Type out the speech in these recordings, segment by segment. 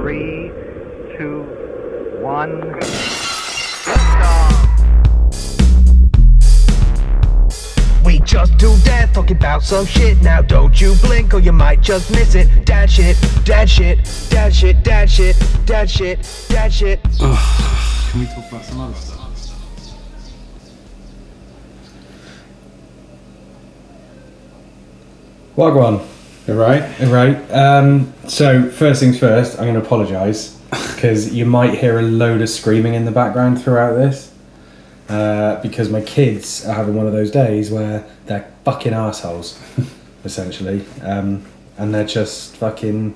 Three, two, one. We just do that, talking about some shit. Now don't you blink or you might just miss it. Dad shit, dad shit, dad shit, dad shit, dad shit, dad shit. Can we talk about some other stuff? Wagwan. All right, all right. Um, so first things first, I'm going to apologise because you might hear a load of screaming in the background throughout this uh, because my kids are having one of those days where they're fucking assholes, essentially, um, and they're just fucking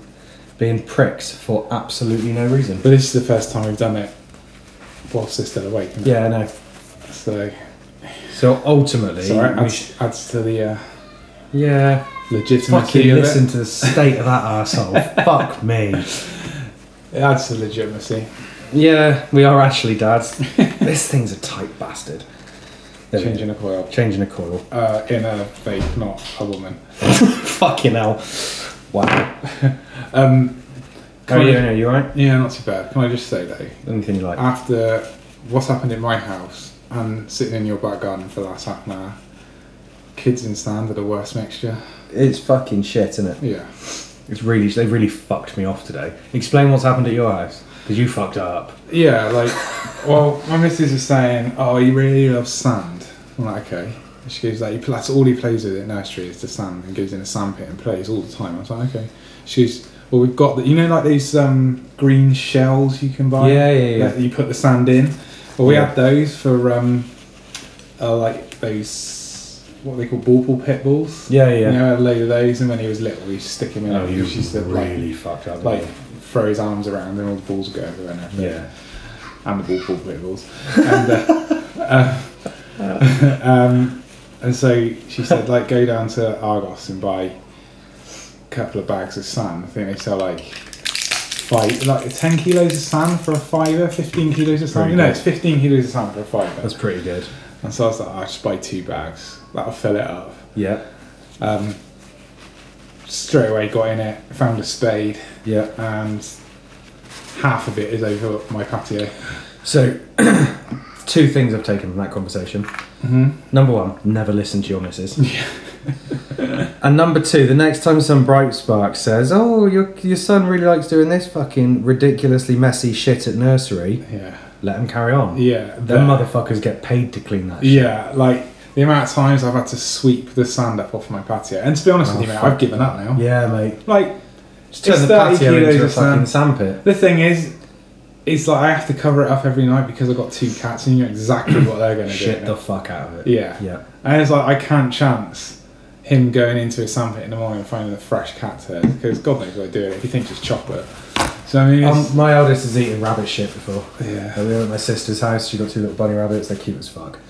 being pricks for absolutely no reason. But this is the first time we've done it whilst they're still awake. isn't it? Yeah, I know. So, So ultimately, sorry, we adds, sh- adds to the uh, yeah, legitimacy fucking of listen it. to the state of that asshole. Fuck me. It adds to legitimacy. Yeah, we are actually dads. this thing's a tight bastard. There we Changing go. a coil. Changing a coil. Uh, in a vape, not a woman. Fucking hell. Wow. Um, How can are I- you? Are you alright? Yeah, Ah. not too bad. Can I just say though, Anything you like. after what's happened in my house and sitting in your back garden for the last half an hour, kids in stand are the worst mixture. it's fucking shit, isn't it? Yeah. It's really, they really fucked me off today. Explain what's happened at your house. Because you fucked up. Yeah, like, well, my missus was saying, oh, he really loves sand. I'm like, okay. And She goes, like, he, that's all he plays with at nursery is the sand and goes in a sandpit and plays all the time. I was like, okay. She goes, well, we've got, the, you know, like these um, green shells you can buy? Yeah, yeah, yeah. That you put the sand in. Well, we Yeah. had those for, um, uh, like, those, what are they call bauble pit balls. Yeah, yeah. You know, I had a load of those, and when he was little, we used to stick him in. No, it. you She used to, really fucked up. like, didn't like, throw his arms around and all the balls would go everywhere and everything you? yeah. and the ball ball balls. And, uh, uh, um, and so she said, like, go down to Argos and buy a couple of bags of sand. I think they sell like five, like 10 kilos of sand for a fiver, 15 kilos of Pretty sand. No, good. it's 15 kilos of sand for a fiver. That's pretty good. And so I was like, I'll just buy two bags. That'll fill it up. Yeah. Um, straight away got in it, found a spade, Yeah. and half of it is over my patio. So, two things I've taken from that conversation. Mm-hmm. Number one, never listen to your missus. and number two, the next time some bright spark says, "Oh, your your son really likes doing this fucking ridiculously messy shit at nursery," Yeah. let him carry on. Yeah. Them the- motherfuckers get paid to clean that. shit. Yeah, like the amount of times I've had to sweep the sand up off my patio. And to be honest Oh, with you, mate, fuck. I've given up now. Yeah, mate. Like Just turn It's the 30 patio kilos into a of sand. fucking sandpit. the thing is, it's like I have to cover it up every night because I've got two cats and you know exactly what they're going to do. Shit the fuck out of it. Yeah. Yeah. And it's like I can't chance him going into a sandpit in the morning and finding a fresh cat's head because God knows what I do it if he thinks it's chocolate. So I mean, it's, Um, my eldest has eaten rabbit shit before. yeah, Uh, We were at my sister's house. She got two little bunny rabbits. They're cute as fuck.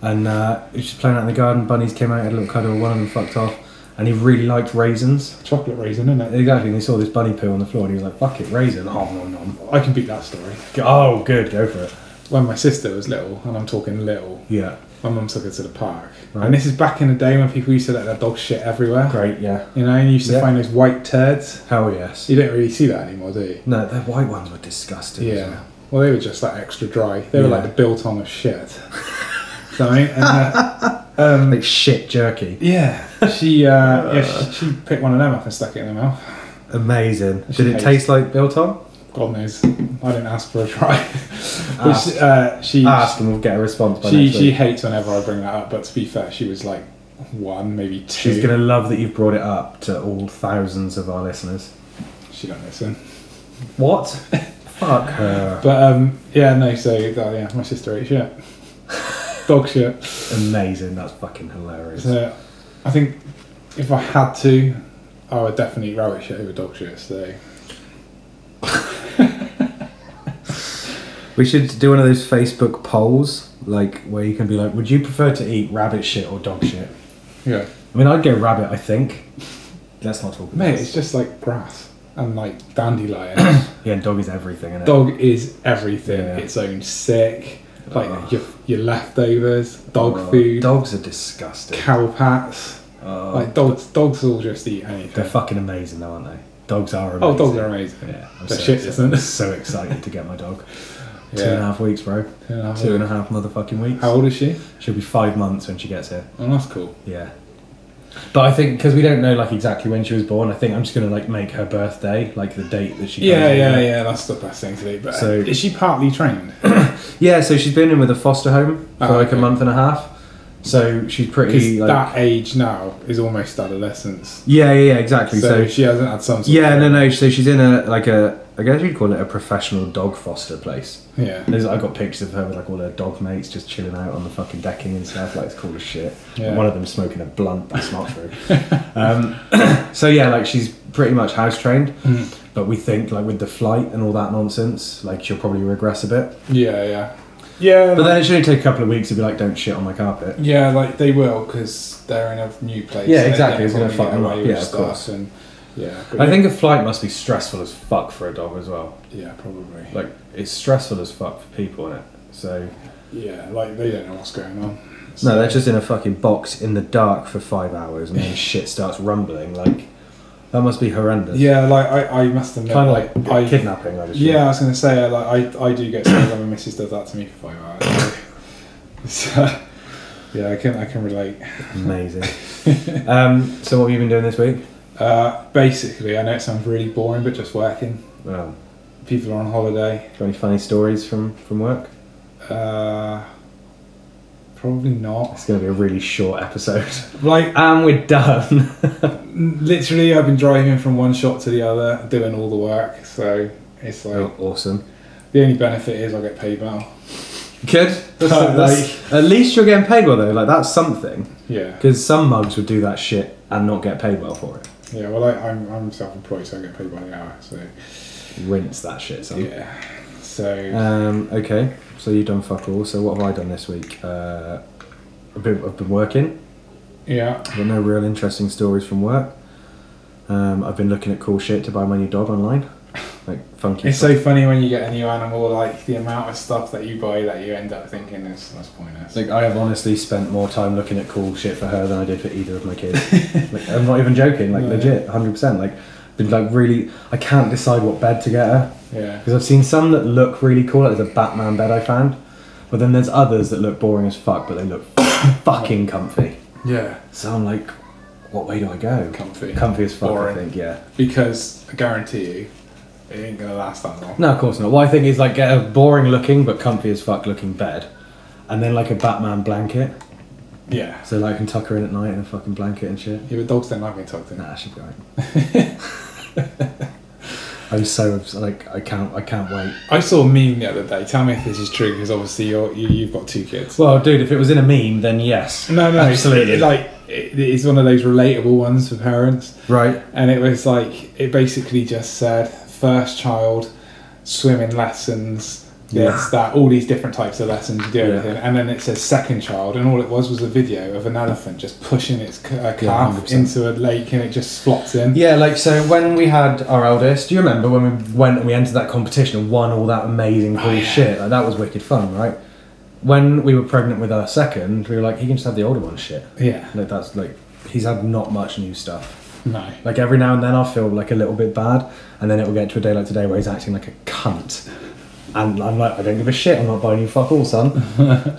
And uh, she was playing out in the garden. Bunnies came out, had a little cuddle. One of them fucked off, and he really liked raisins. chocolate raisin, isn't it? Exactly. And he saw this bunny poo on the floor, and he was like, "Fuck it, raisin." Oh nom nom. I can beat that story. Go- Oh, good. Go for it. When my sister was little, and I'm talking little, Yeah. My mum took her to the park. Right. And this is back in the day when people used to let their dog shit everywhere. Great. Yeah. You know, and you used to Yeah. find those white turds. Hell yes. You don't really see that anymore, do you? No, the white ones were disgusting. as well. Yeah. Well, they were just that extra dry. They were Yeah. like the biltong of shit. so, I mean, and, uh, um, Like shit jerky. yeah, she, uh, yeah, she, she picked one of them up and stuck it in her mouth. Amazing. She Did it hates- taste like biltong? God knows, I didn't ask for a try. but she, uh, she, Ask and we'll get a response. By she, next she week. hates whenever I bring that up. But to be fair, she was like one, maybe two. She's gonna love that you've brought it up to all thousands of our listeners. She don't listen. What? Fuck her. But um, yeah, no. So uh, yeah, my sister ate shit, dog shit. Amazing. That's fucking hilarious. So I think if I had to, I would definitely eat rabbit shit over dog shit. So We should do one of those Facebook polls, like where you can be like, "Would you prefer to eat rabbit shit or dog shit?" yeah, I mean, I'd go rabbit. I think. Let's not talk about mate, this. it's just like grass and like dandelion. Yeah, dog is everything. Innit? dog is everything. Yeah. Ah. Its own sick, like Ugh. your your leftovers, dog Oh, food, Dogs are disgusting. cow pats. Oh, Like dogs, dogs all just eat they're anything. fucking amazing, though, aren't they? Dogs are amazing. Oh, dogs are amazing. Yeah, I'm They're so, shit, isn't it? so excited to get my dog. Two Yeah. and a half weeks, bro. Two and a half Two and a half motherfucking weeks. How old is she? She'll be five months when she gets here. Oh, that's cool. Yeah. But I think because we don't know like exactly when she was born, I think I'm just gonna like make her birthday like the date that she. Yeah, comes yeah, over. yeah. That's the best thing to do. But uh, So- is she partly trained? Yeah, so she's been in with a foster home for Oh, like okay. a month and a half. So she's Because pretty like. that age now is almost adolescence. yeah, yeah, yeah, exactly. So, So, she hasn't had some. Sort yeah, of no, no. So she's in a like a I guess you'd call it a professional dog foster place. Yeah, There's, I've got pictures of her with like all her dog mates just chilling out on the fucking decking and stuff. Like it's cool as shit. Yeah. One of them smoking a blunt. That's not true. um, so yeah, like she's pretty much house trained, but we think like with the flight and all that nonsense, like she'll probably regress a bit. yeah, yeah, yeah. But like, then it should only take a couple of weeks to be like, don't shit on my carpet. yeah, like they will because they're in a new place. Yeah, and they exactly, don't it's probably gonna fuck get them away up, with yeah, of stuff course. And, yeah, but I think a flight must be stressful as fuck for a dog as well. yeah, probably. Like it's stressful as fuck for people in it. So yeah, like they don't know what's going on. No, So- they're just in a fucking box in the dark for five hours and then shit starts rumbling. Like, that must be horrendous. Yeah, like I, I must admit, Kind of like, like I, kidnapping, I just Yeah, I was gonna say, uh, like, I, I do get scared when my missus does that to me for five hours. so, yeah, I can I can relate. think. Amazing. um, so, what have you been doing this week? Uh, basically, I know it sounds really boring, but just working. Well, People are on holiday. got any funny stories from, from work? Uh, probably not. It's going to be a really short episode. Like, and we're done. literally, I've been driving from one shop to the other, doing all the work. So it's like oh, awesome. the only benefit is I get paid well. Good. That's, Uh, that's- at least you're getting paid well, though. Like, that's something. Yeah, Because some mugs would do that shit and not get paid well for it. yeah. Well, I, I'm I'm self-employed, so I get paid by the hour. So Rinse that shit, son. yeah. So Um, okay, so you've done fuck all. So what have I done this week? Uh, I've, been, I've been working. yeah, I've got no real interesting stories from work. Um, I've been looking at cool shit to buy my new dog online, like funky. it's stuff. so funny when you get a new animal. Like the amount of stuff that you buy that you end up thinking is that's pointless. like I have honestly spent more time looking at cool shit for her than I did for either of my kids. like I'm not even joking. Like Yeah. legit, hundred percent. Like been like really. I can't decide what bed to get her. yeah, Because I've seen some that look really cool, like there's a Batman bed I found, but then there's others that look boring as fuck, but they look fucking comfy. yeah, So I'm like, what way do I go? comfy, Comfy as fuck, Boring. I think, yeah. Because I guarantee you, it ain't gonna last that long. No, of course not. What I think is like get a boring looking but comfy as fuck looking bed, and then like a Batman blanket, Yeah. so like I can tuck her in at night in a fucking blanket and shit. Yeah, but dogs don't like being tucked in. Nah, she's going. I'm so obs- like I can't I can't wait. I saw a meme the other day. Tell me if this is true, because obviously you're, you you've got two kids. Well, dude, if it was in a meme, then yes. no, no, absolutely. It's like it, it's one of those relatable ones for parents, right. and it was like it basically just said first child, swimming lessons. Yes, that all these different types of lessons you do Yeah. everything, and then it says second child, and all it was was a video of an elephant just pushing its c- uh, calf 100%. into a lake, and it just flops in. Yeah, like so when we had our eldest, do you remember when we went and we entered that competition and won all that amazing cool Oh, yeah. shit? Like that was wicked fun, right? When we were pregnant with our second, we were like, he can just have the older one shit. yeah, Like that's like he's had not much new stuff. no, Like every now and then I'll feel like a little bit bad and then it will get to a day like today where he's acting like a cunt. And I'm like, I don't give a shit, I'm not buying you fuck all, son.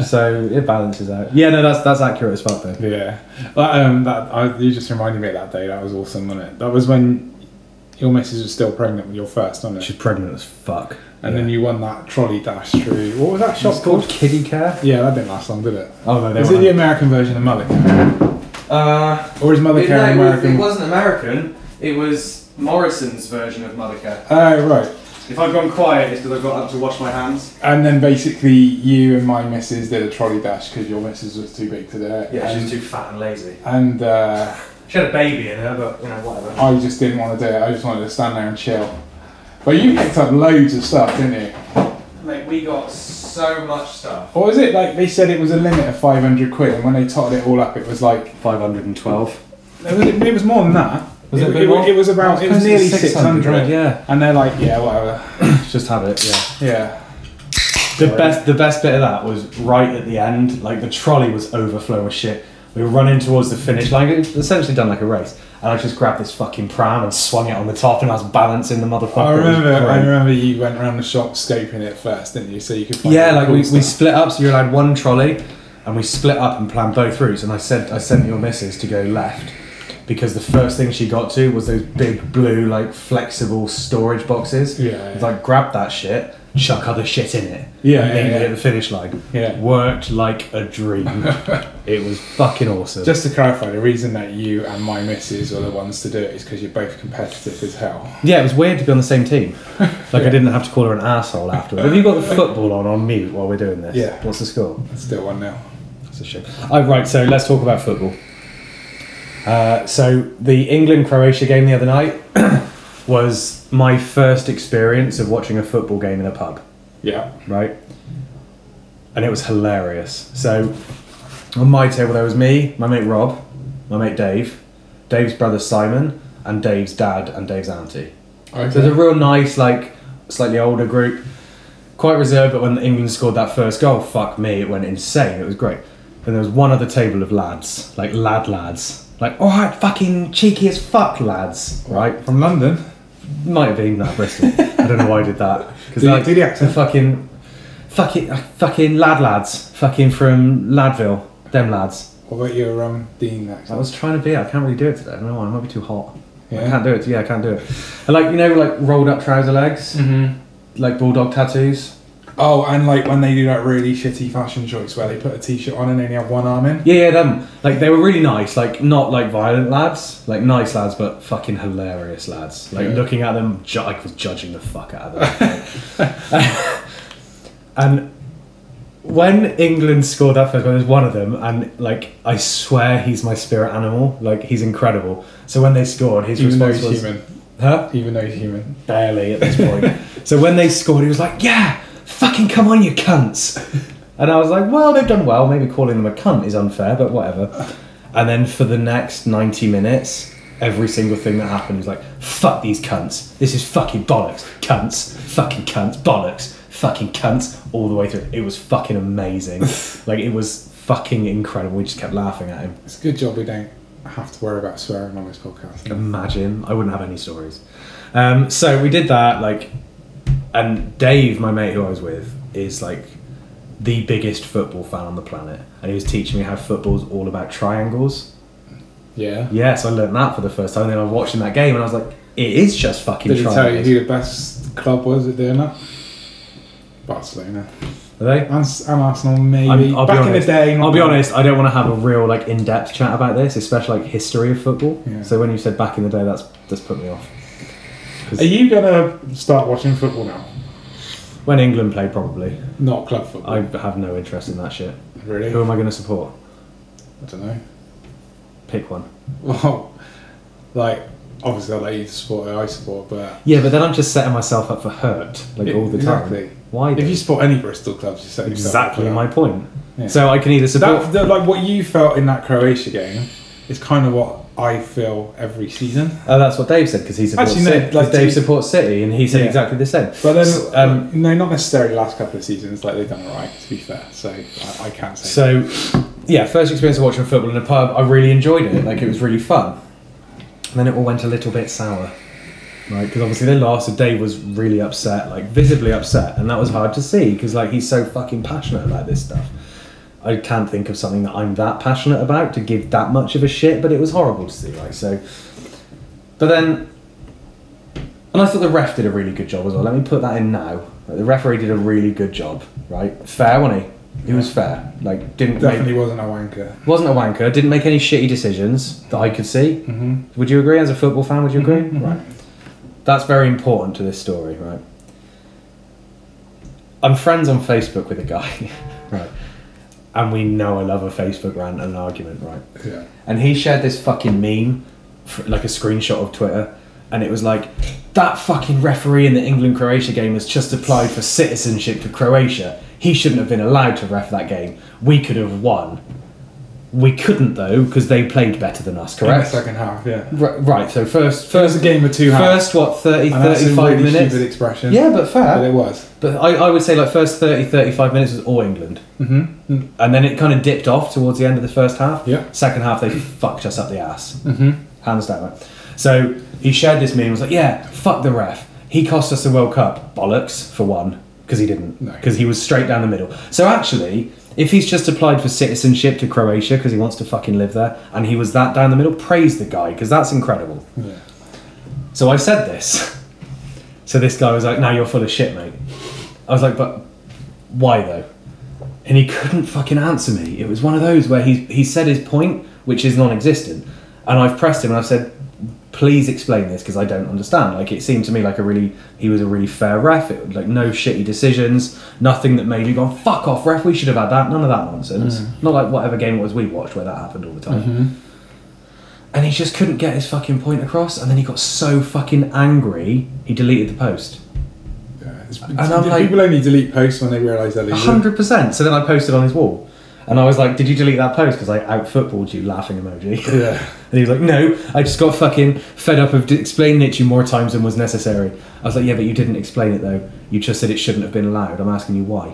so it balances out. Yeah, no, that's that's accurate as fuck though. Yeah, that, um, that I, you just reminded me of that day. That was awesome, wasn't it? That was when your missus was still pregnant with your first, wasn't it? She's pregnant as fuck. and then you won that trolley dash through. What was that shop It's called? called kiddie care. Yeah, that didn't last long, did it? Oh no, they Is it weren't- the American version of Mulligan? Uh, Or is Mother It- no, Care it was- American? It wasn't American. It was Morrison's version of Mothercare. Oh, right. If I've gone quiet, it's because I've got up to wash my hands. And then basically, you and my missus did a trolley dash because your missus was too big to do it. and, too fat and lazy. And uh, She had a baby in her, but you know whatever. I just didn't want to do it. I just wanted to stand there and chill. But you picked up loads of stuff, didn't you? Mate, we got so much stuff. What was it like? They said it was a limit of five hundred quid, and when they totted it all up, it was like Five hundred and twelve. it was, it was more than that. Was it a it, bit more? it was about it was nearly six hundred. Yeah, And they're like, yeah, whatever. just have it. Yeah. Yeah, The Sorry. best, the best bit of that was right at the end. Like the trolley was overflowing with shit. We were running towards the finish line. It was essentially done like a race, And I just grabbed this fucking pram and swung it on the top, and I was balancing the motherfucker. I It was remember, great. I remember you went around the shop scoping it first, didn't you? So you could find Yeah, all like the we, cool we stuff. split up, so you're allowed one trolley, and we split up and planned both routes. And I said I sent your missus to go left because the first thing she got to was those big blue like flexible storage boxes. Yeah, It's yeah. like grab that shit, chuck other shit in it. Yeah, and then yeah, you yeah. hit the finish line. Yeah. worked like a dream. it was fucking awesome. Just to clarify, the reason that you and my missus are the ones to do it is because you're both competitive as hell. yeah, it was weird to be on the same team. Like I didn't have to call her an asshole afterwards. Have you got the football on on mute while we're doing this? Yeah. What's the score? Still one now. That's a shame. Oh, right, so let's talk about football. Uh, so the England Croatia game the other night was my first experience of watching a football game in a pub, Yeah. right? And it was hilarious. So on my table there was me, my mate Rob, my mate Dave, Dave's brother Simon, and Dave's dad and Dave's auntie. So it's a Okay. real nice, like slightly older group, quite reserved. But when England scored that first goal, fuck me, it went insane. It was great. Then there was one other table of lads, like lad lads, like all right, fucking cheeky as fuck lads, right? From London. Might have been that Bristol. I don't know why I did that because Did you- like did you accent? the fucking, fucking, uh, fucking lad lads, fucking from Ladville, them lads. What about your um, Dean next? I was trying to be. I can't really do it today. I don't know why. I might be too hot. I Yeah. can't do it. Yeah, I can't do it. And like you know, like rolled up trouser legs, Mm-hmm. like bulldog tattoos. Oh, and like when they do that really shitty fashion choice where they put a t-shirt on and only have one arm in. Yeah, yeah, them. Like they were really nice. Like not like violent lads, like nice lads, but fucking hilarious lads. Like Yeah. looking at them, ju- I was judging the fuck out of them. and when England scored that first goal, there's one of them, and like I swear he's my spirit animal. Like he's incredible. So when they scored, his Even though response he's was, human. "Huh." Even though he's human. barely at this point. so when they scored, he was like, "Yeah, fucking come on, you cunts!" And I was like, "Well, they've done well. Maybe calling them a cunt is unfair, but whatever." And then for the next ninety minutes, every single thing that happened was like, "Fuck these cunts! This is fucking bollocks! Cunts! Fucking cunts! Bollocks! Fucking cunts!" All the way through. It was fucking amazing. like it was fucking incredible. We just kept laughing at him. It's a good job we don't have to worry about swearing on this podcast. Imagine. I wouldn't have any stories. Um, so we did that, like, and Dave, my mate who I was with, is like the biggest football fan on the planet. And he was teaching me how football's all about triangles. Yeah. Yeah, so I learned that for the first time. And then I was watching that game and I was like, it is just fucking Did he tell you triangles. who the best club was at doing that? Barcelona. Are they? And, S- and Arsenal, maybe. I'm- I'll be Back in the honest- day. not I'll be now. honest. I don't want to have a real like in-depth chat about this, especially like history of football. Yeah. So when you said back in the day, that's that's put me off. Are you going to start watching football now? When England play, probably Not club football. I have no interest in that shit. really? Who am I going to support? I don't know. Pick one. Well, like, obviously I'll let you support who I support, but Yeah, but then I'm just setting myself up for hurt like all the time. Exactly. Why? if do- you support any Bristol clubs, you set yourself up for exactly that. my point. Yeah. So I can either support. That, that, like what you felt in that Croatia game is kind of what I feel every season. oh, that's what Dave said because he supports. Actually, no, City, 'cause like, Dave Dave- supports City, and he said Yeah. exactly the same. But So, then, um, um, no, not necessarily the last couple of seasons. Like they've done all right, to be fair. So I, I can't say. So, yeah, first experience of watching football in a pub, I really enjoyed it. Like, it was really fun. And then it all went a little bit sour. Right? Because obviously they lost, and Dave was really upset, like, visibly upset. And that was hard to see because, like, he's so fucking passionate about this stuff. I can't think of something that I'm that passionate about to give that much of a shit, but it was horrible to see, like, so. But then and I thought the ref did a really good job as well. Let me put that in now. Like, the referee did a really good job, right? Fair, wasn't he? He was fair. Like, didn't definitely make, wasn't a wanker. wasn't a wanker. Didn't make any shitty decisions that I could see. hmm Would you agree, as a football fan? Would you agree? Right. That's very important to this story, right? I'm friends on Facebook with a guy, right? And we know I love a Facebook rant and an argument, right? Yeah. and he shared this fucking meme, f- like a screenshot of Twitter, and it was like, that fucking referee in the England Croatia game has just applied for citizenship to Croatia. He shouldn't have been allowed to ref that game. We could have won. We couldn't though because they played better than us. In the Correct. second half, yeah. Ri- Right. So first, It was a first, game of two halves. first what 30, and that's a 35 really minutes. Stupid expression. Yeah, but fair. But it was. But I, I would say like first 30, 35 minutes was all England. Mm-hmm. And then it kind of dipped off towards the end of the first half. Yeah. Second half, they fucked us up the ass. Mm-hmm. hands down. So he shared this meme. and Was like, yeah, fuck the ref. He cost us the World Cup. Bollocks for one, because he didn't. No. Because he was straight down the middle. So actually, if he's just applied for citizenship to Croatia because he wants to fucking live there, and he was that down the middle, praise the guy because that's incredible. Yeah. So I said this. So this guy was like, "No, you're full of shit, mate." I was like, "But why though?" And he couldn't fucking answer me. It was one of those where he he said his point, which is non-existent, and I've pressed him and I've said, "Please explain this because I don't understand." Like it seemed to me like a really he was a really fair ref. It, like no shitty decisions, nothing that made you go, "Fuck off, ref. We should have had that." None of that nonsense. Not like whatever game it was we watched where that happened all the time and he just couldn't get his fucking point across and then he got so fucking angry he deleted the post Yeah, it's- I'm like- people only delete posts when they realise they're losing. 100% so then i posted on his wall and i was like did you delete that post because i out footballed you laughing emoji Yeah. and he was like no i just got fucking fed up of d- explaining it to you more times than was necessary i was like yeah but you didn't explain it though you just said it shouldn't have been allowed i'm asking you why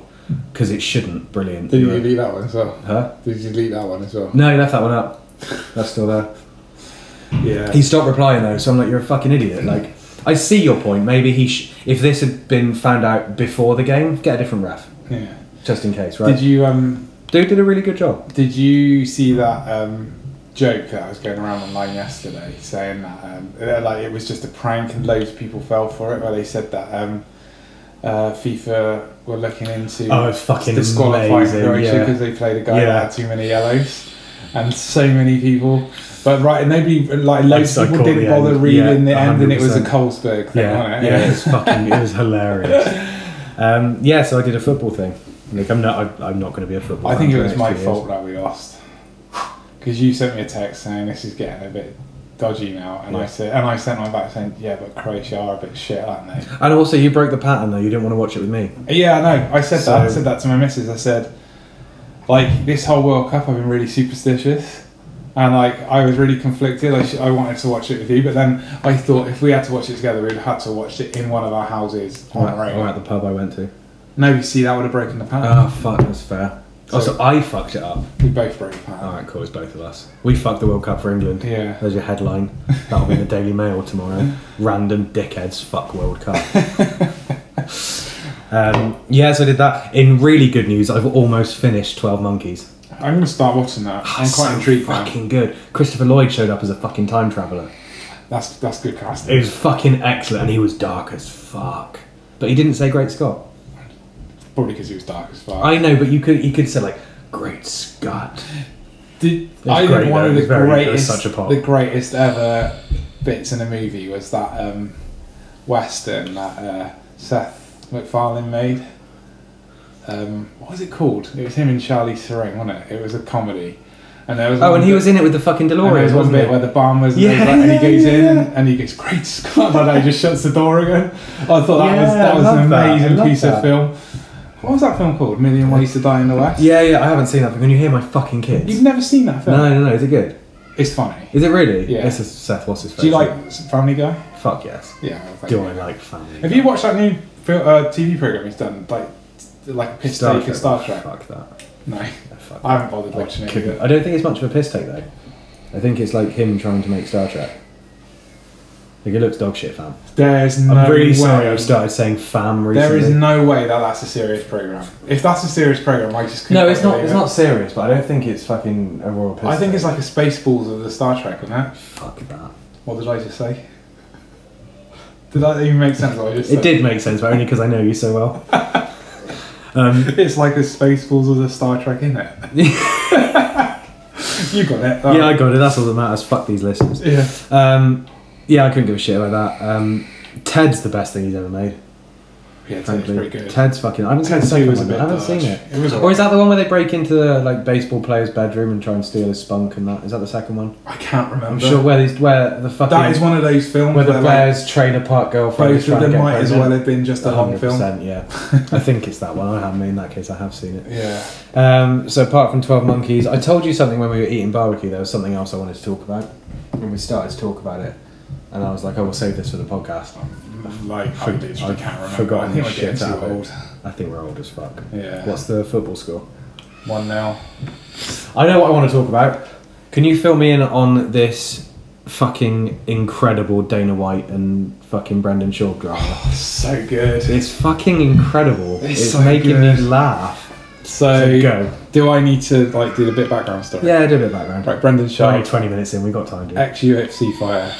because it shouldn't brilliant Hmm. Did you delete that one as well? huh Did you delete that one as well? no he left that one up that's still there Yeah. He stopped replying though, so I'm like, you're a fucking idiot. Like, I see your point. Maybe he, sh- if this had been found out before the game, get a different ref, yeah. just in case, right? Did you um Dude did a really good job. Did you see that um, joke that was going around online yesterday, saying that um, uh, like it was just a prank and loads of people fell for it? Where they said that um, uh, FIFA were looking into Oh, it's fucking disqualifying amazing, Croatia yeah. because they played a guy Yeah. that had too many yellows, and so many people. But right, nobody like loads I of people caught didn't the bother end. reading the Yeah, end, and it was a 100%. Colesberg thing, Yeah, wasn't yeah, it? it was fucking, it was hilarious. Um, yeah, so I did a football thing. Like, I'm not, I, I'm not going to be a football. I fan think for it the was next my few fault years. that we lost because you sent me a text saying this is getting a bit dodgy now, and I Yeah. said, and I sent one back saying, yeah, but Croatia are a bit shit, aren't And also, you broke the pattern though. You didn't want to watch it with me. they? Yeah, I know. I said that. I So- said that to my missus. I said, like this whole World Cup, I've been really superstitious. And like I was really conflicted. I, sh- I wanted to watch it with you, but then I thought if we had to watch it together, we'd had to watch it in one of our houses on Or our at- or at own. the pub I went to. No, you see, that would have broken the pattern. Oh fuck, that's fair. So- also, I fucked it up. we both broke the All pattern. right, cool. It's both of us. We fucked the World Cup for England. Yeah. There's your headline. That'll be in the Daily Mail tomorrow. Random dickheads fuck World Cup. um, yeah, so I did that. In really good news, I've almost finished Twelve Monkeys. I'm gonna start watching that. I'm uh. So quite intrigued. now. Fucking good. Christopher Lloyd showed up as a fucking time traveler. That's that's good It casting. was fucking excellent, and he was dark as fuck. But he didn't say Great Scott. Probably because he was dark as fuck. I know, but you could you could say like Great Scott. did. was I great, think one though. of It the was very- it was greatest, such a pop. the greatest ever bits in a movie was that um, western that uh, Seth MacFarlane made. Um, what was it called? It was him and Charlie Theron, wasn't it? It was a comedy, and there was Oh, one and he bit- was in it with the fucking And there DeLorean. was one wasn't bit he? where the barn was, and, Yeah, like, and he yeah, goes in yeah. and he goes, "Great Scott!" and then he just shuts the door again. I thought that was Yeah, that I was an love that. I amazing love piece that. of film. What was that film called? Million Ways to Die in the West. Yeah, yeah, I haven't seen that. But can you hear my fucking kids? You've never seen that film? No, no, no. Is it good? It's funny. Is it really? Yeah. This is Seth. What's his face? Do you like Family Guy? Fuck yes. Yeah. I think- Do I like family? Have you watched that new fil- uh, TV program he's done, like like a pitch Star take Trek? of Star Trek? Fuck that. No, Yeah, fuck I haven't bothered watching that. it. Couldn't- either. I don't think it's much of a piss take though. I think it's like him trying to make Star Trek. Like it looks dog shit, fam. There's I'm no really way. sorry I've started saying fam recently. There is no way that that's a serious program. If that's a serious program, I just couldn't No, it's not. believe It's it. not serious, but I don't think it's fucking a royal piss. I think take. it's like a Spaceballs of the Star Trek, isn't it? fuck that. What did I just say? Did that even make sense? What I just It said? did make sense, but only because I know you so well. um, It's like a Spaceballs of the Star Trek, isn't it? you got it. that yeah, I one. got it. That's all that matters. Fuck these listeners. yeah. Um, yeah, I couldn't give a shit about that. Um, Ted's the best thing he's ever made. Yeah, Ted's Frankly, pretty good. Ted's fucking. I haven't seen Ted the second two was a one. I bit haven't dodge. seen it. It was or is that the one where they break into the like baseball player's bedroom and try and steal his spunk and that? Is that the second one? I can't remember. I'm sure where these where the fucking that is one of those films where the where like, player's trainer park girlfriend. is both of trying to them get might as well pregnant. have been just a long film. 100%, Yeah, I think it's that one. I haven't. In that case, I have seen it. Yeah. Um, so apart from Twelve Monkeys, I told you something when we were eating barbecue. There was something else I wanted to talk about, and we started to talk about it, and I was like, "I will save this for the podcast." Like I literally I've can't remember. forgotten I think the I'm getting shit out too of it. old. I think we're old as fuck. Yeah. What's the football score? One now. I know what I want to talk about. Can you fill me in on this fucking incredible Dana White and fucking Brendan Shaw drama. So good. It's fucking incredible. Oh. It's It's, so making good. me laugh. So, So go. do I need to like do the bit background story? Yeah, do a bit of background. Right, Brendan We're Sharp, only 20 minutes in, we got time, dude. ex UFC fighter,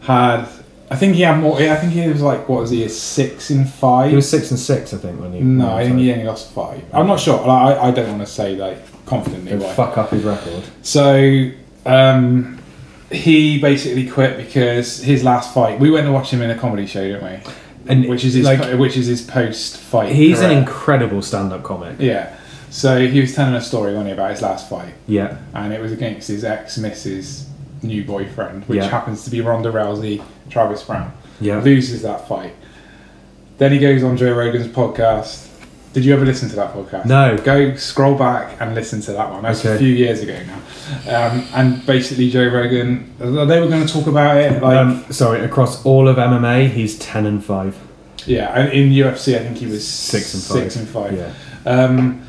had I think he had more. I think he was like what was he a six in five? He was 6 and 6, I think, when he. no, when I he think was he only lost five. I'm not sure. Like, I I don't want to say like confidently. like, why. Fuck up his record. So um, he basically quit because his last fight. We went to watch him in a comedy show, didn't we? And Which is his like, which is his post fight. He's an incredible stand up comic. yeah. So he was telling a story wasn't he, about his last fight, Yeah. and it was against his ex missus new boyfriend, which Yeah. happens to be Ronda Rousey, Travis Brown. Yeah. Loses that fight. Then he goes on Joe Rogan's podcast. Did you ever listen to that podcast? No. Go scroll back and listen to that one. That's a Okay. few years ago now. Um, and basically, Joe Rogan, they were going to talk about it. Like, Um, sorry, across all of MMA, he's 10 and 5. yeah, and in UFC, I think he was Six and Six five. and five. Yeah. Um,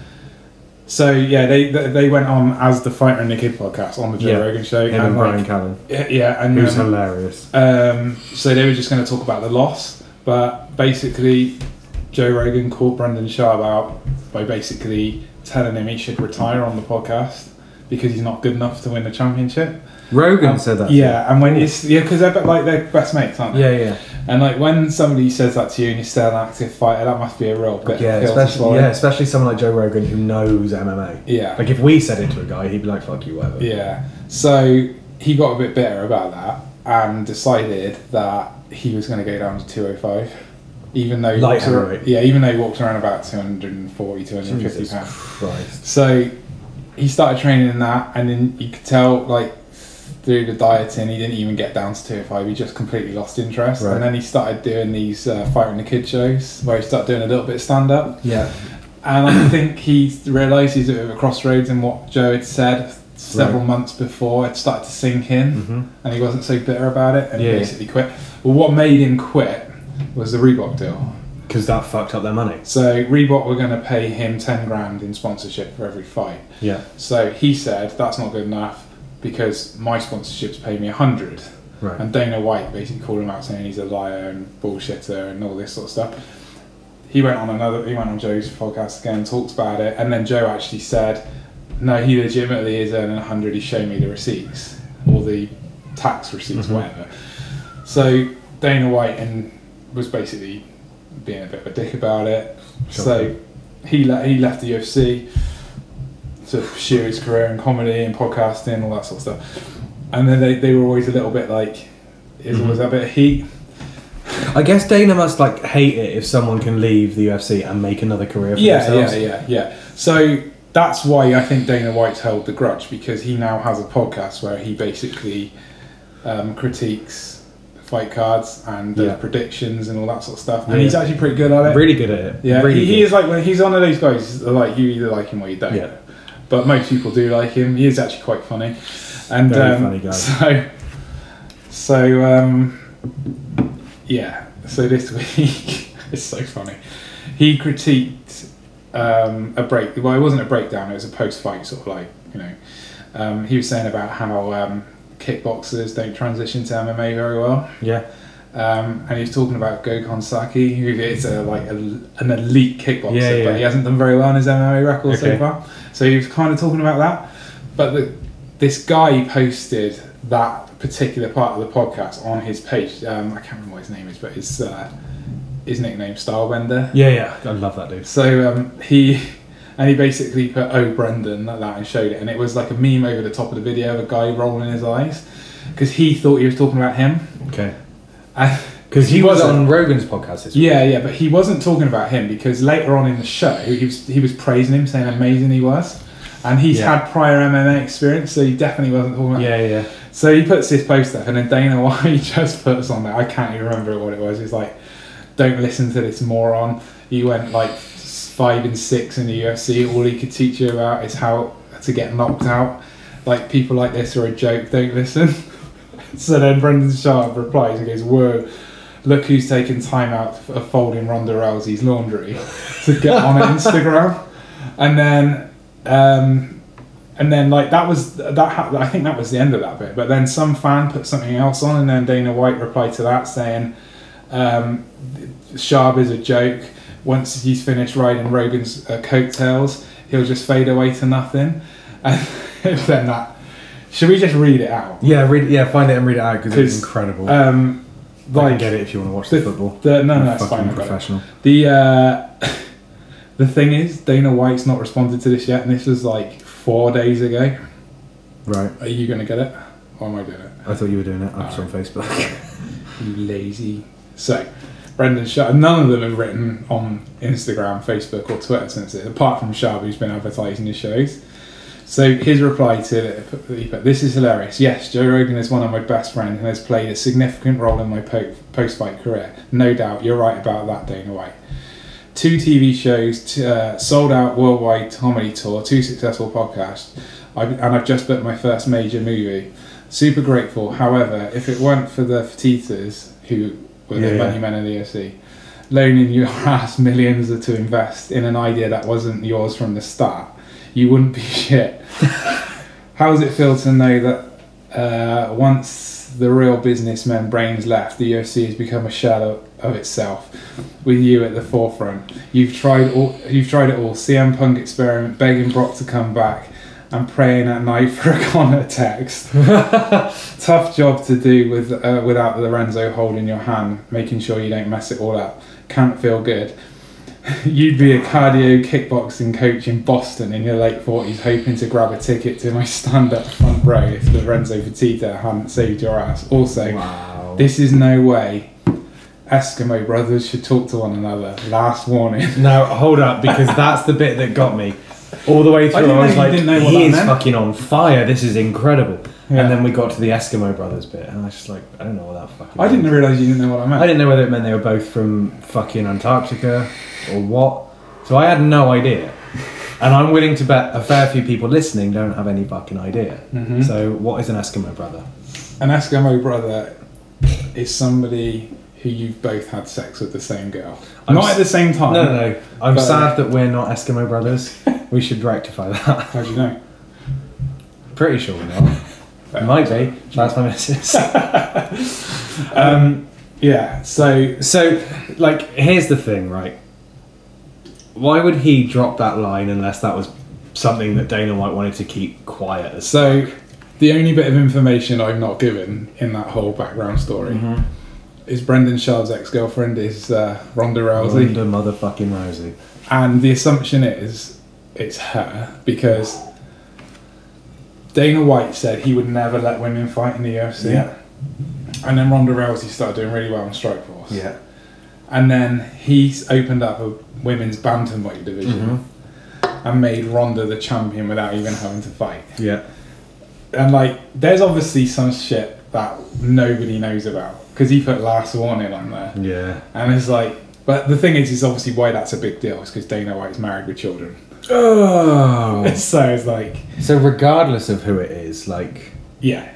so yeah, they they they went on as the Fighter and the Kid podcast on the Joe Yeah. Rogan show. Him and like, Brian Callen. yeah, yeah, and He was um, hilarious. Um, so they were just going to talk about the loss, but basically, Joe Rogan called Brendan Sharp out by basically telling him he should retire on the podcast because he's not good enough to win the championship. Rogan Um, said that. yeah, and when it's yeah, because they're be- like they're best mates, aren't too. they? Yeah, yeah. And like when somebody says that to you and you're still an active fighter, that must be a real bit. Yeah, of pill to swallow. especially, yeah, especially someone like Joe Rogan who knows MMA. Yeah. Like if we said it to a guy, he'd be like, fuck you, whatever. Yeah. So he got a bit bitter about that and decided that he was going to go down to 205. Even though he Light walks ar- heavyweight. yeah, even though he walked around about 240, 250 Jesus pounds. Christ. So he started training in that, and then you could tell, like, through the dieting, he didn't even get down to 205. He just completely lost interest. Right. And then he started doing these uh, fighting the kid shows where he started doing a little bit of stand up. Yeah. And I think he realised he's at a bit of a crossroads in what Joe had said several Right. months before. It started to sink in Mhm. and he wasn't so bitter about it and he Yeah. basically quit. Well, what made him quit was the Reebok deal. Because that fucked up their money. So Reebok were going to pay him 10 grand in sponsorship for every fight. Yeah. So he said, that's not good enough because my sponsorships pay me 100. Right. And Dana White basically called him out saying he's a liar and bullshitter and all this sort of stuff. He went on another, he went on Joe's podcast again, talked about it, and then Joe actually said, no, he legitimately is earning 100. He showed me the receipts or the tax receipts, whatever. So Dana White and was basically being a bit of a dick about it. Sure. So he le- he left the UFC to pursue his career in comedy and podcasting, all that sort of stuff. And then they, they were always a little bit like, is always that bit of heat? I guess Dana must like hate it if someone can leave the UFC and make another career for Yeah, themselves. yeah, yeah, yeah. So that's why I think Dana White's held the grudge because he now has a podcast where he basically um, critiques fight cards and uh, Yeah. predictions and all that sort of stuff. And Yeah. he's actually pretty good at it. Really good at it. Yeah, Really he, he good. is like when he's one of those guys that, like you either like him or you don't. Yeah. But most people do like him. He is actually quite funny, and Very um, funny guy. So, so um, yeah. So this week it's so funny. He critiqued um, a break. Well, it wasn't a breakdown. It was a post-fight sort of like you know. Um, he was saying about how um, kickboxers don't transition to MMA very well. Yeah. Um, and he was talking about Gokhan Saki, who is a, like a, an elite kickboxer, Yeah, yeah. but he hasn't done very well on his MMA record so Okay. far. So he was kind of talking about that. But the, this guy posted that particular part of the podcast on his page. Um, I can't remember what his name is, but his, uh, his nickname Stylebender. Yeah, yeah. I love that dude. So um, he and he basically put "Oh Brendan" like that and showed it, and it was like a meme over the top of the video of a guy rolling his eyes because he thought he was talking about him. Okay. Because Because he, was on Rogan's podcast this week. Yeah, yeah, but he wasn't talking about him because later on in the show, he was he was praising him, saying how amazing he was, and he's Yeah. had prior MMA experience, so he definitely wasn't talking about. Yeah, yeah. So he puts this post up, and then Dana White just puts on there. I can't even remember what it was. He's like, "Don't listen to this moron. You went like five and six in the UFC. All he could teach you about is how to get knocked out. Like people like this are a joke. Don't listen." so then Brendan Sharp replies and goes, "Whoa." Look who's taking time out of folding Ronda Rousey's laundry to get on Instagram. And then um, and then like that was that ha- I think that was the end of that bit. But then some fan put something else on, and then Dana White replied to that saying, um, "Sharp is a joke. Once he's finished riding Rogan's uh, coattails, he'll just fade away to nothing." And then that should we just read it out? Yeah, read. Yeah, find it and read it out because it's 'Cause, incredible. Um, I like can get it if you want to watch the, football. The, no, I'm no, that's fucking fine. I've got it. professional. The uh, the thing is, Dana White's not responded to this yet, and this was like four days ago. Right. Are you gonna get it, or am I doing it? I thought you were doing it. I'm just on Facebook. You lazy. So, Brendan Sharp. None of them have written on Instagram, Facebook, or Twitter since it, apart from Sharp, who's been advertising his shows. So his reply to it, he put, this is hilarious. Yes, Joe Rogan is one of my best friends and has played a significant role in my po- post-fight career. No doubt, you're right about that, Dana White. Two TV shows, t- uh, sold-out worldwide comedy tour, two successful podcasts, I've, and I've just booked my first major movie. Super grateful. However, if it weren't for the Fatitas, who were Yeah, the yeah. money men of the UFC, loaning your ass millions to invest in an idea that wasn't yours from the start, you wouldn't be shit. How does it feel to know that uh, once the real businessmen brains left, the UFC has become a shadow of itself, with you at the forefront? You've tried all. You've tried it all. CM Punk experiment, begging Brock to come back, and praying at night for a Connor text. Tough job to do with uh, without Lorenzo holding your hand, making sure you don't mess it all up. Can't feel good. You'd be a cardio kickboxing coach in Boston in your late forties, hoping to grab a ticket to my stand-up front row if Lorenzo Petita hadn't saved your ass. Also, wow. this is no way. Eskimo brothers should talk to one another. Last warning. Now hold up, because that's the bit that got me. All the way through, I, didn't know was you like, didn't know what "He that is meant." fucking on fire. This is incredible." Yeah. And then we got to the Eskimo Brothers bit, and I was just like, "I don't know what that fucking." I didn't means. realise you didn't know what I meant. I didn't know whether it meant they were both from fucking Antarctica or what. So I had no idea. And I'm willing to bet a fair few people listening don't have any fucking idea. So what is an Eskimo brother? An Eskimo brother is somebody who you've both had sex with the same girl. I'm Not s- at the same time. No, no, no. I'm But- uh, sad that we're not Eskimo brothers. we should rectify that. How do you know? Pretty sure we're not. It might be. That's my missus. um, Yeah, so so, like, here's the thing, right? Why would he drop that line unless that was something that Dana White wanted to keep quiet as so the only bit of information I'm not given in that whole background story Mm-hmm. is Brendan Sharp's ex-girlfriend is uh, Ronda Rousey, Ronda motherfucking Rousey. and the assumption is it's her because Dana White said he would never let women fight in the UFC. Yeah. And then Ronda Rousey started doing really well in Strikeforce. and then he's opened up a women's bantamweight division Mm-hmm. and made Ronda the champion without even having to fight. Yeah. And like, there's obviously some shit that nobody knows about because he put last warning on there, Yeah. and it's like, but the thing is, is obviously why that's a big deal is because Dana White's married with children, Oh. so it's like, so regardless of who it is, like yeah.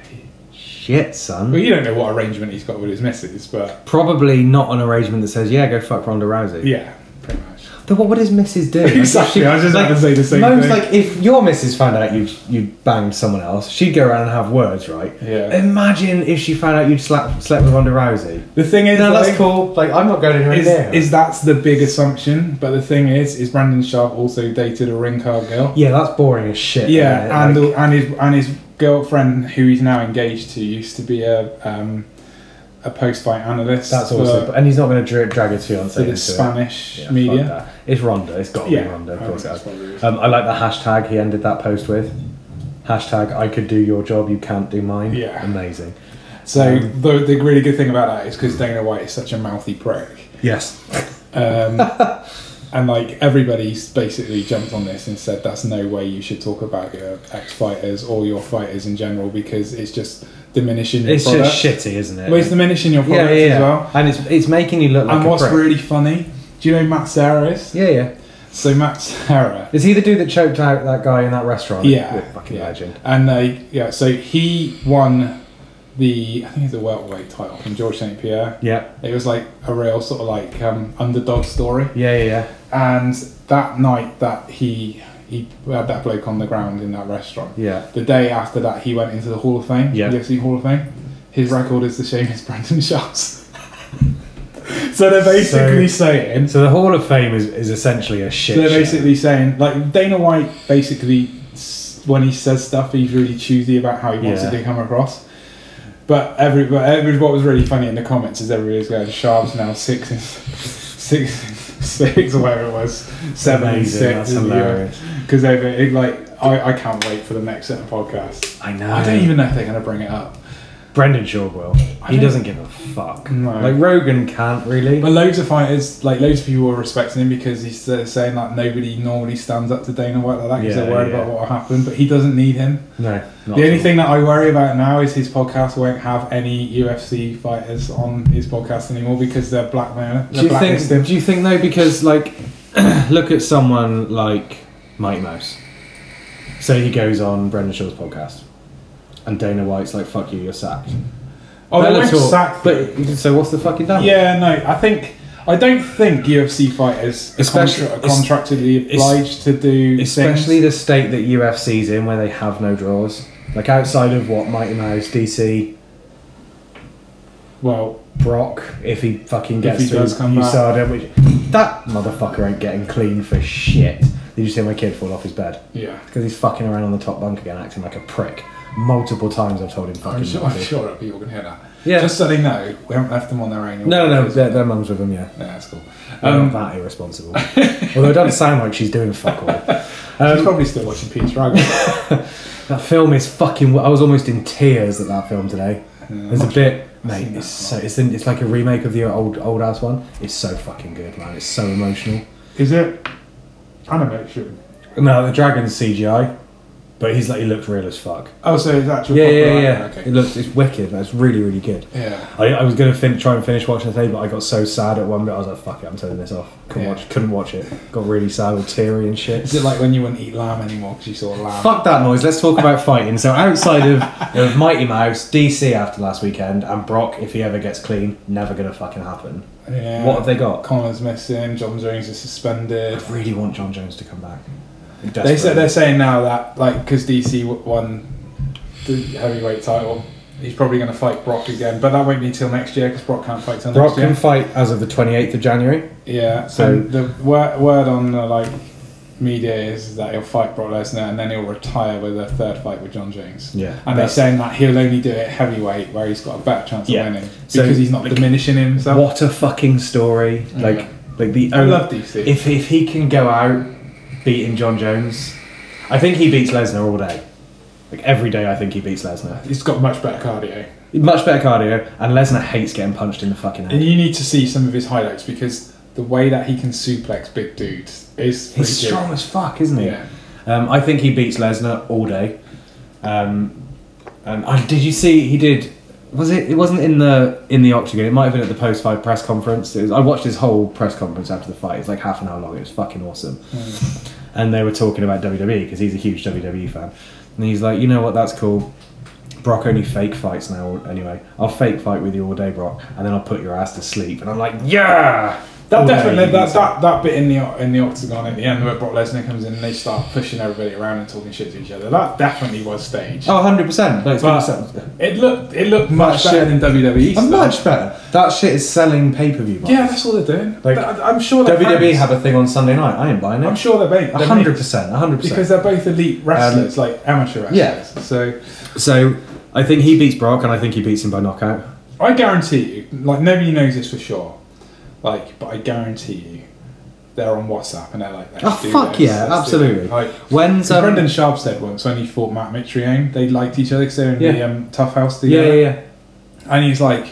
shit, son. Well, you don't know what arrangement he's got with his missus, but Probably not an arrangement that says, "Yeah, go fuck Ronda Rousey." yeah, pretty much. Then what would his missus do? Like, Exactly, I was just about to say the same Mo's thing. like, if your missus found out you you banged someone else, she'd go around and have words, right? Yeah. Imagine if she found out you'd slap slept with Ronda Rousey. The thing is, No, like- that's cool. Like, I'm not going anywhere Is, near. her. is that's the big assumption? But the thing is, is Brandon Sharp also dated a ring card girl? yeah, that's boring as shit. Yeah, isn't it? and Like- and his and his girlfriend, who he's now engaged to, used to be a um, a post fight analyst. That's for, also, and he's not going to dra- drag his fiance for the into it. Spanish Yeah, fuck media. that. It's Ronda. It's got to Yeah, be Ronda. Of I course think it that's what it has. is. Um, I like the hashtag he ended that post with. Hashtag I could do your job, you can't do mine. Yeah. amazing. So the the really good thing about that is because Dana White is such a mouthy prick, Yes, um, and like everybody's basically jumped on this and said that's no way you should talk about your ex fighters or your fighters in general because it's just diminishing. Your it's product. just shitty, isn't it? Well, it's diminishing your yeah, product yeah, yeah. as well. And it's it's making you look like and a what's prick. really funny, do you know who Matt Sarah is? Yeah, yeah. So Matt Sarah, Is he the dude that choked out that guy in that restaurant? yeah, You're a fucking yeah. legend. And they, yeah, so he won the I think it's the welterweight title from George St Pierre. Yeah, It was like a real sort of like um, underdog story, yeah, yeah, yeah. and that night that he he had that bloke on the ground in that restaurant. Yeah. The day after that, he went into the Hall of Fame, Yeah. UFC Hall of Fame. His record is the same as Brandon Sharp's. so they're basically saying, So the Hall of Fame is, is essentially a shit. so they're show. basically saying, like Dana White basically, s- when he says stuff, he's really choosy about how he wants Yeah. it to come across. But every, but every, what was really funny in the comments is everybody's going, Sharp's now six and six, and six or whatever it was, seven and Amazing, six. that's hilarious. Because they've it, like, I, I can't wait for the next set of podcasts. I know. I don't even know if they're going to bring it up. Brendan Shaw will. I He don't- doesn't give a fuck. No. Like Rogan can't really. But loads of fighters, like loads of people, were respecting him because he's uh, saying like nobody normally stands up to Dana White like that because Yeah, they're worried yeah. about what will happen. But he doesn't need him. No. not the only at all. thing that I worry about now is his podcast won't have any UFC fighters on his podcast anymore because they're blackmailing. Do They're you think? blacklisting. Do you think though? Because like, look at someone like Mike Mouse. Say he goes on Brendan Shaw's podcast, and Dana White's like, "Fuck you, you're sacked." oh, they won't Bellator- sack. But But so what's the fucking damage? yeah, no, I think I don't think UFC fighters are Especially- contra- are contractually obliged to do Especially things. the state that UFC's in, where they have no draws. Like outside of what Mighty Mouse, DC, well. Brock, if he fucking gets he through does come back. USADA, which that motherfucker ain't getting clean for shit. Did you see my kid fall off his bed? Yeah, Because he's fucking around on the top bunk again, acting like a prick. Multiple times I've told him fucking I'm sure, not I'm to. sure that people can hear that. Yeah. Just so they know, we haven't left them on their own. No, no, no, their, their mum's with him, yeah. Yeah, that's cool. They're Um, not that irresponsible. Although it doesn't sound like she's doing fuck all. Um, she's probably still watching Pete's Dragon. That film is fucking. I was almost in tears at that film today. There's a bit, mate. seen It's that so. It's in, it's like a remake of the old old ass one. It's so fucking good, man. It's so emotional. Is it animation? No, the dragon's CGI, but he's like he looked real as fuck. Oh, so it's actual. Yeah, proper yeah, anime, yeah. Okay. It looks. It's wicked. man. It's really, really good. yeah. I, I was gonna fin- try and finish watching the thing, but I got so sad at one bit. I was like, "Fuck it, I'm turning this off." Couldn't Yeah. watch. Couldn't watch it. Got really sad, all teary and shit. Is it like when you wouldn't eat lamb anymore because you saw lamb? Fuck that noise. Let's talk about fighting. So outside of, of Mighty Mouse, DC after last weekend, and Brock, if he ever gets clean, never gonna fucking happen. Yeah. What have they got? Connor's missing. John Jones is suspended. I really want John Jones to come back. They said they're this. saying now that like because DC w- won the heavyweight title, he's probably going to fight Brock again, but that won't be until next year because Brock can't fight till Brock next year. can fight as of the 28th of January. Yeah. So So- the word, word on the like media is that he'll fight Brock Lesnar and then he'll retire with a third fight with John Jones. Yeah, And they're that's- saying that he'll only do it heavyweight where he's got a better chance Yeah. of winning because So, he's not like, diminishing himself. What a fucking story. Like, like the I only- love DC. If, if he can go out beating John Jones, I think he beats Lesnar all day. Like every day, I think he beats Lesnar. He's got much better cardio. Much better cardio, and Lesnar hates getting punched in the fucking head. And you need to see some of his highlights because the way that he can suplex big dudes is pretty He's good. strong as fuck, isn't he? Yeah. Um, I think he beats Lesnar all day. Um, and I, did you see he did? Was it? It wasn't in the in the octagon. It might have been at the post fight press conference. It was, I watched his whole press conference after the fight. It's like half an hour long. It was fucking awesome. And they were talking about WWE because he's a huge WWE fan. And he's like, you know what? That's cool. Brock only fake fights now. Anyway, I'll fake fight with you all day, Brock, and then I'll put your ass to sleep. And I'm like, yeah, That All day definitely he that, beats him. that that bit in the in the octagon at the end where Brock Lesnar comes in and they start pushing everybody around and talking shit to each other. That definitely was staged. Oh, 100 percent. No, it's But- gonna sell- It looked it looked much That better shit- than WWE. I'm stuff. much better. That shit is selling pay per view. Yeah, that's all they're doing. Like, Like, I'm sure they're WWE friends. E have a thing on Sunday night. I ain't buying it. I'm sure they're both. they're hundred mates, percent, hundred Because percent. they're both elite wrestlers, like amateur wrestlers. yeah. So So I think he beats Brock, and I think he beats him by knockout. I guarantee you, like nobody knows this for sure, like, but I guarantee you, they're on WhatsApp and they're like, let's Oh do fuck this, yeah, let's do it. absolutely. Like, When's So um, Brendan Sharp said once when he fought Matt Mitrione, they liked each other because they were in Yeah. the um, tough house Yeah, together. yeah, yeah. And he's like,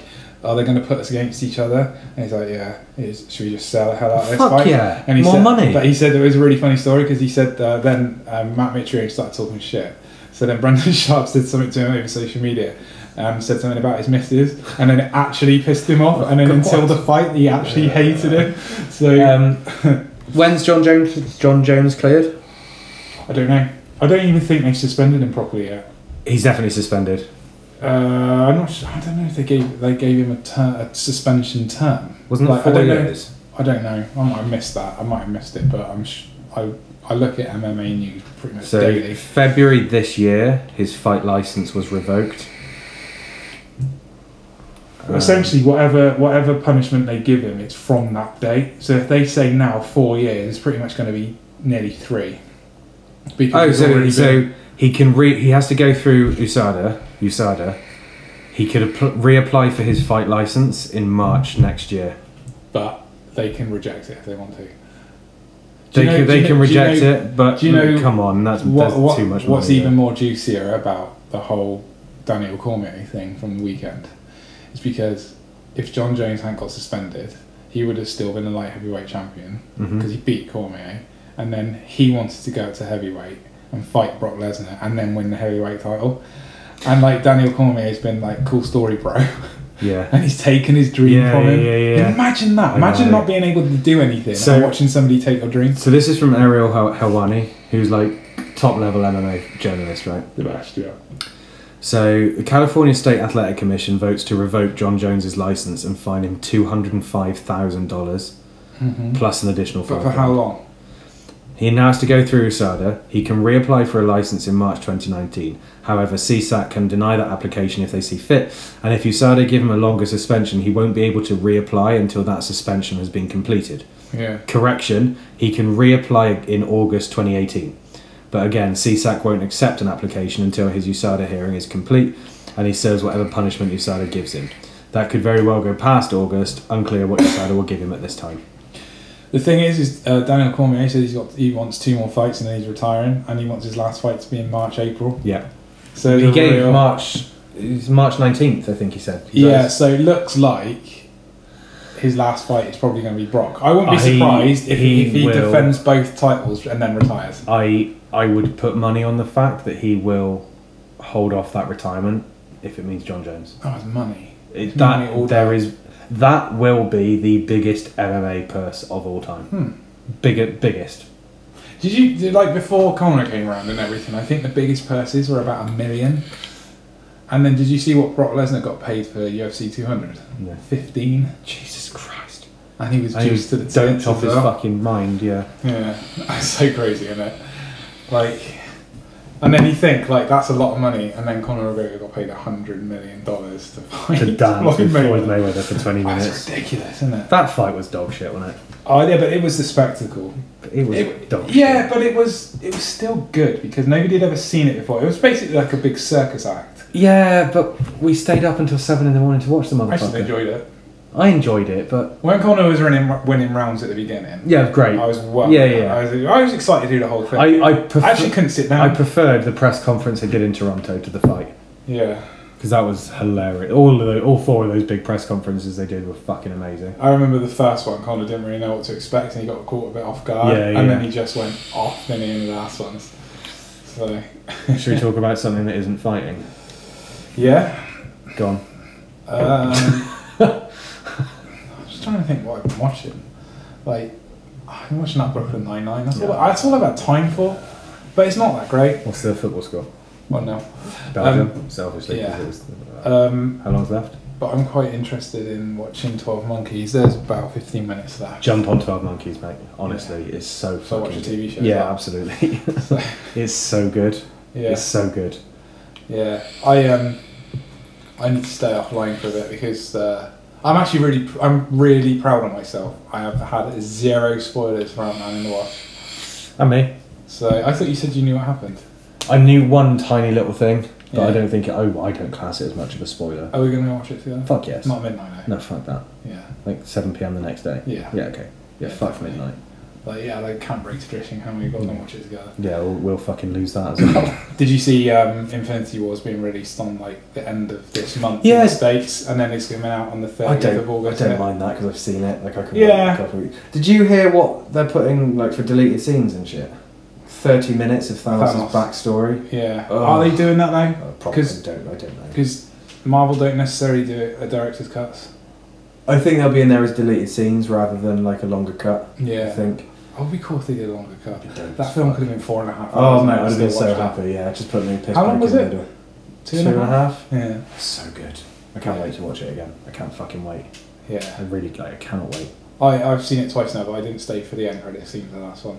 "Are they going to put us against each other?" And he's like, "Yeah." He's, Should we just sell the hell out of this Fuck fight? yeah. And he More said, money. But he said it was a really funny story because he said uh, then um, Matt Mitrione started talking shit. So then Brendan Sharp said something to him over social media. Um, said something about his missus, and then it actually pissed him Oh, off. And then until the fight, he actually hated him. So Um, when's John Jones? John Jones cleared? I don't know. I don't even think they suspended him properly yet. He's definitely suspended. Uh, I'm not. Sure, I don't know if they gave they gave him a, ter- a suspension term. Wasn't it I four don't years? Know, I don't know. I might have missed that. I might have missed it, but I'm. Sh- I I look at MMA news pretty much So daily. February this year, his fight license was revoked. um, Essentially, whatever whatever punishment they give him, it's from that date. So if they say now four years, it's pretty much going to be nearly three. Because Oh, it's already so, been- so he can re- he has to go through USADA. USADA. He could appl- reapply for his fight license in Mm. March next year. but they can reject it if they want to. Do They you know- can, do they you can know- do you reject know- it, but do you know come on, that's, What, that's what, too much. what's money. even more juicier about the whole Daniel Cormier thing from the weekend is because if John Jones hadn't got suspended, he would have still been a light heavyweight champion because Mm-hmm. he beat Cormier, and then he wanted to go up to heavyweight and fight Brock Lesnar and then win the heavyweight title. And like Daniel Cormier has been like cool story, bro, Yeah. and he's taken his dream Yeah, from him. yeah, yeah. Imagine that! I Imagine know. not being able to do anything So- and watching somebody take your dream. So this is from Ariel Haw- Hawani, who's like top level MMA journalist, right? The best, yeah. So the California State Athletic Commission votes to revoke John Jones's license and fine him two hundred and five thousand dollars plus an additional But five. Mm-hmm. for how long? He now has to go through USADA. He can reapply for a license in March 2019. However, CSAC can deny that application if they see fit, and if USADA give him a longer suspension, he won't be able to reapply until that suspension has been completed. Yeah. Correction, he can reapply in August 2018. But again, CSAC won't accept an application until his USADA hearing is complete and he serves whatever punishment USADA gives him. That could very well go past August, unclear what USADA will give him at this time. The thing is, is uh, Daniel Cormier said he's got he wants two more fights and then he's retiring, and he wants his last fight to be in March, April. Yeah. So He the gave real- March it's March 19th, I think he said. Yeah, so it looks like his last fight is probably going to be Brock. I wouldn't be Uh, he- surprised if he he, if he will- defends both titles and then retires. I I would put money on the fact that he will hold off that retirement if it means John Jones. Oh, it's money. It, Money all that there is that will be the biggest MMA purse of all time. Hmm. Bigger, biggest. Did you did, like before Cormier came around and everything? I think the biggest purses were about a million. And then did you see what Brock Lesnar got paid for UFC 200? No. Fifteen, Jesus Christ! and he was And he juiced was to the doped tenth off his well. fucking mind. Yeah, Yeah, that's so crazy, isn't it? Like, and then you think like that's a lot of money, and then Conor McGregor got paid a hundred million dollars to fight to dance Floyd with Floyd Mayweather. Mayweather for twenty That's minutes. ridiculous, isn't it? That fight was dog shit, wasn't it? Oh yeah, but it was the spectacle. It was It- dog yeah, shit. but it was it was still good because nobody had ever seen it before. It was basically like a big circus act. Yeah, but we stayed up until seven in the morning to watch the I just motherfucker. enjoyed it. I enjoyed it, but When Conor was running winning rounds at the beginning, yeah, great. I was well. Yeah, yeah. I was, I was excited to do the whole thing. I, I, prefer- actually couldn't sit I down. preferred the press conference they did in Toronto to the fight yeah. because that was hilarious. All of the, all four of those big press conferences they did were fucking amazing. I remember the first one, Connor didn't really know what to expect and he got caught a bit off guard. Yeah, And yeah. then he just went off in the last ones. So, Should we talk about something that isn't fighting? yeah. Gone. Um, I'm just trying to think what I've been watching. Like, I've been watching that Brooklyn Nine-Nine. That's, all, that's all I've had time for. But it's not that great. What's the football score? Well, no. Belgium, selfishly. 'cause Um, yeah. it was- Um, how long's left? but I'm quite interested in watching 12 Monkeys. There's about 15 minutes left. Jump on Twelve Monkeys, mate. Honestly, it's so So I fucking. watch a TV show as Yeah, well. absolutely. So, it's so good. yeah. It's so good. Yeah, I um, I need to stay offline for a bit because uh, I'm actually really, pr- I'm really proud of myself. I have had zero spoilers for Ant-Man in the Watch. And me. So I thought you said you knew what happened. I knew one tiny little thing, but I Yeah. Uh, don't think. Oh, I don't class it as much of a spoiler. Are we going to watch it together? Fuck yes. Not midnight. No. No, fuck that. Yeah, Like 7 p.m. the next day. Yeah. Yeah, okay. Yeah, Yeah, fuck definitely. midnight. like yeah, like can't break tradition. Can we? Got Mm. to watch it together. Yeah, we'll, we'll fucking lose that as well. Did you see um, Infinity Wars being released on like the end of this month in Yeah. the States, and then it's coming out on the 30th I of don't. I August? don't mind that because I've seen it. Like I can. Yeah. I can- Did you hear what they're putting like for deleted scenes and shit? Thirty minutes of Thanos' Thanos. backstory. Yeah. Ugh. Are they doing that now? I Uh, probably 'Cause- don't. I don't know. Because Marvel don't necessarily do a director's cut. I think they'll be in there as deleted scenes rather than like a longer cut. I Yeah. think. That would be cool if they did a longer cut. dope That as film could have been four and a half hours. Oh and mate, I'd I'd have still been so watch that. happy. Yeah, just putting a piss How long back was in the it? middle. Two and a half. half. Yeah, So good. I can't wait to watch it again. I can't fucking wait. I yeah. really like. I cannot wait. I, I've seen it twice now, but I didn't stay for the end credit scene for the last one.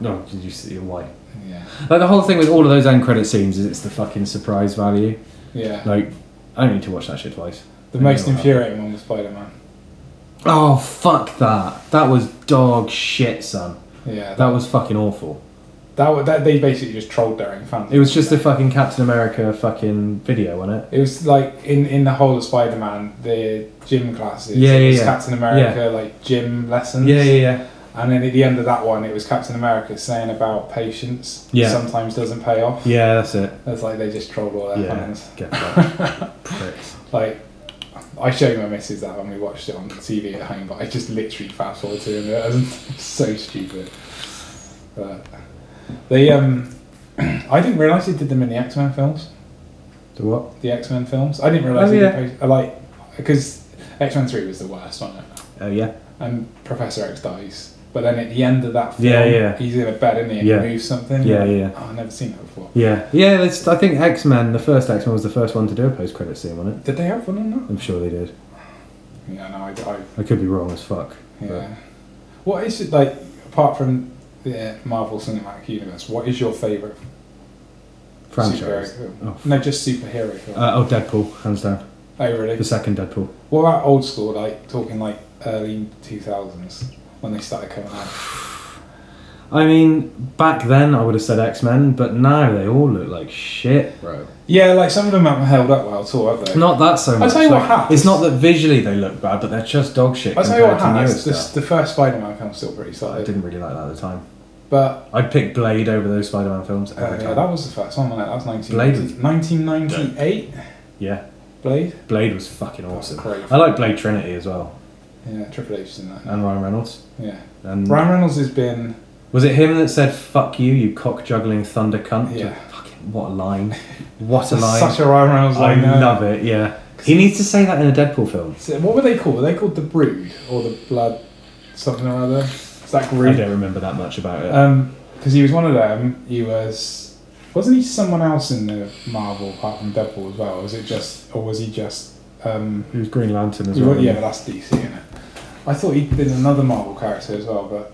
No, did you see why? Yeah. Like the whole thing with all of those end credit scenes is it's the fucking surprise value. Yeah. Like, I don't need to watch that shit twice. the most Yeah. infuriating one was Spider Man. Oh fuck that! That was dog shit, son. Yeah. That That, was fucking awful. that, wa- that they basically just trolled their own fans. It was just a fucking Captain America fucking video, wasn't it? It was like in, in the whole of Spider Man, the gym classes. Yeah, it yeah, was yeah. Captain America like gym lessons. Yeah, yeah, yeah. And then at the end of that one, it was Captain America saying about patience Yeah. sometimes doesn't pay off. Yeah, that's it. It's like they just trolled all their Yeah, fans. get that. Pricks. Like, I showed my missus that when we watched it on TV at home, but I just literally fast forward to it. and It was so stupid. But they, um, I didn't realise they did them in the X Men films. The what? The X Men films. I didn't realise Oh, they yeah. did post- I like because X Men Three was the worst, wasn't it? Oh yeah. And Professor X dies. But then at the end of that film, Yeah, yeah. he's in a bed, isn't he? And Yeah. he moves something. Yeah, yeah. Oh, I've never seen that before. Yeah, yeah. That's, I think X Men, the first X Men, was the first one to do a post credit scene, wasn't it? Did they have one on that? I'm sure they did. Yeah, no, I, I I could be wrong as fuck. but- Yeah. What is it like apart from the Marvel Cinematic Universe? What is your favorite franchise. superhero film? Oh, f- No, just superhero film. uh, oh, Deadpool, hands down. oh, really? The second Deadpool. What about old school? Like talking like early two thousands when they started coming out. I mean, back then I would have said X Men, but now they all look like shit, bro. Yeah, like some of them haven't held up well at all, have they? Not that so much. tell you what like, has. It's not that visually they look bad, but they're just dog shit I tell compared you what, to newer has, stuff. the, the first Spider-Man film's still pretty I solid, didn't really like that at the time. but I'd pick Blade over those Spider Man films uh, every yeah, time. that was the first one. wasn't it? That was Blade 1990, 1998. yeah, Blade. Blade was fucking awesome. great. I like Blade Trinity as well, Yeah, Triple H's in that. and Ryan Reynolds. Yeah, And Ryan Reynolds has been. Was it him that said "fuck you, you cock juggling thunder cunt"? Yeah. Fucking what a line! What a line! Such a Ryan Reynolds I line. uh, love it. Yeah, he needs to say that in a Deadpool film. So what were they called? Were they called the Brood or the Blood something or other? Is that I Brood? don't remember that much about Uh, it. Because he was one of them. He was. Wasn't he someone else in the Marvel apart from Deadpool as well? Was it just, or was he just? Um, Who's Green Lantern as he wa- well? yeah, but that's DC, isn't it? I thought he'd been another Marvel character as well, but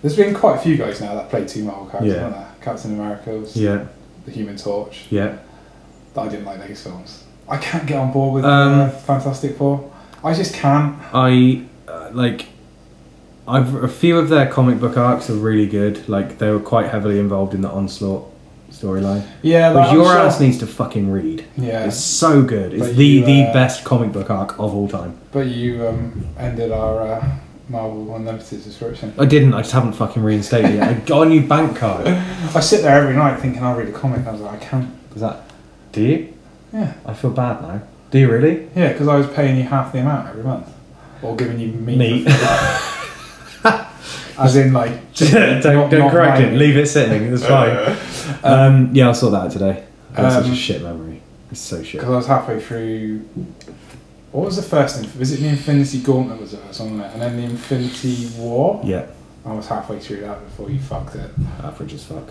there's been quite a few guys now that played two Marvel characters. Yeah. haven't there? Captain America was yeah, the Human Torch. yeah. But I didn't like those films. I can't get on board with Um, uh, Fantastic Four. I just can't. I uh, like. I've a few of their comic book arcs are really good. Like they were quite heavily involved in the onslaught storyline. Yeah, like, But I'm your sure- ass needs to fucking read. Yeah. It's so good. It's But the you, the uh, best comic book arc of all time. But you um, ended our uh, Marvel Unlimited subscription. I didn't. I just haven't fucking reinstated it. I got a new bank card. Is I sit there every night thinking I'll read a comic. And I was like, I can't. that? Do you? Yeah, I feel bad now. Do you really? yeah, because I was paying you half the amount every month, or giving you meat. Meat. for free. As in, like, don't Not- don't not correct mine. it. Leave it sitting. It's fine. um, yeah, I saw that today. That's such Um, a shit memory. It's so shit. because I was halfway through. What was the first thing? Was it the Infinity Gauntlet? Was it or something? like- And then the Infinity War. Yeah, I was halfway through that before you fucked it. average as fuck.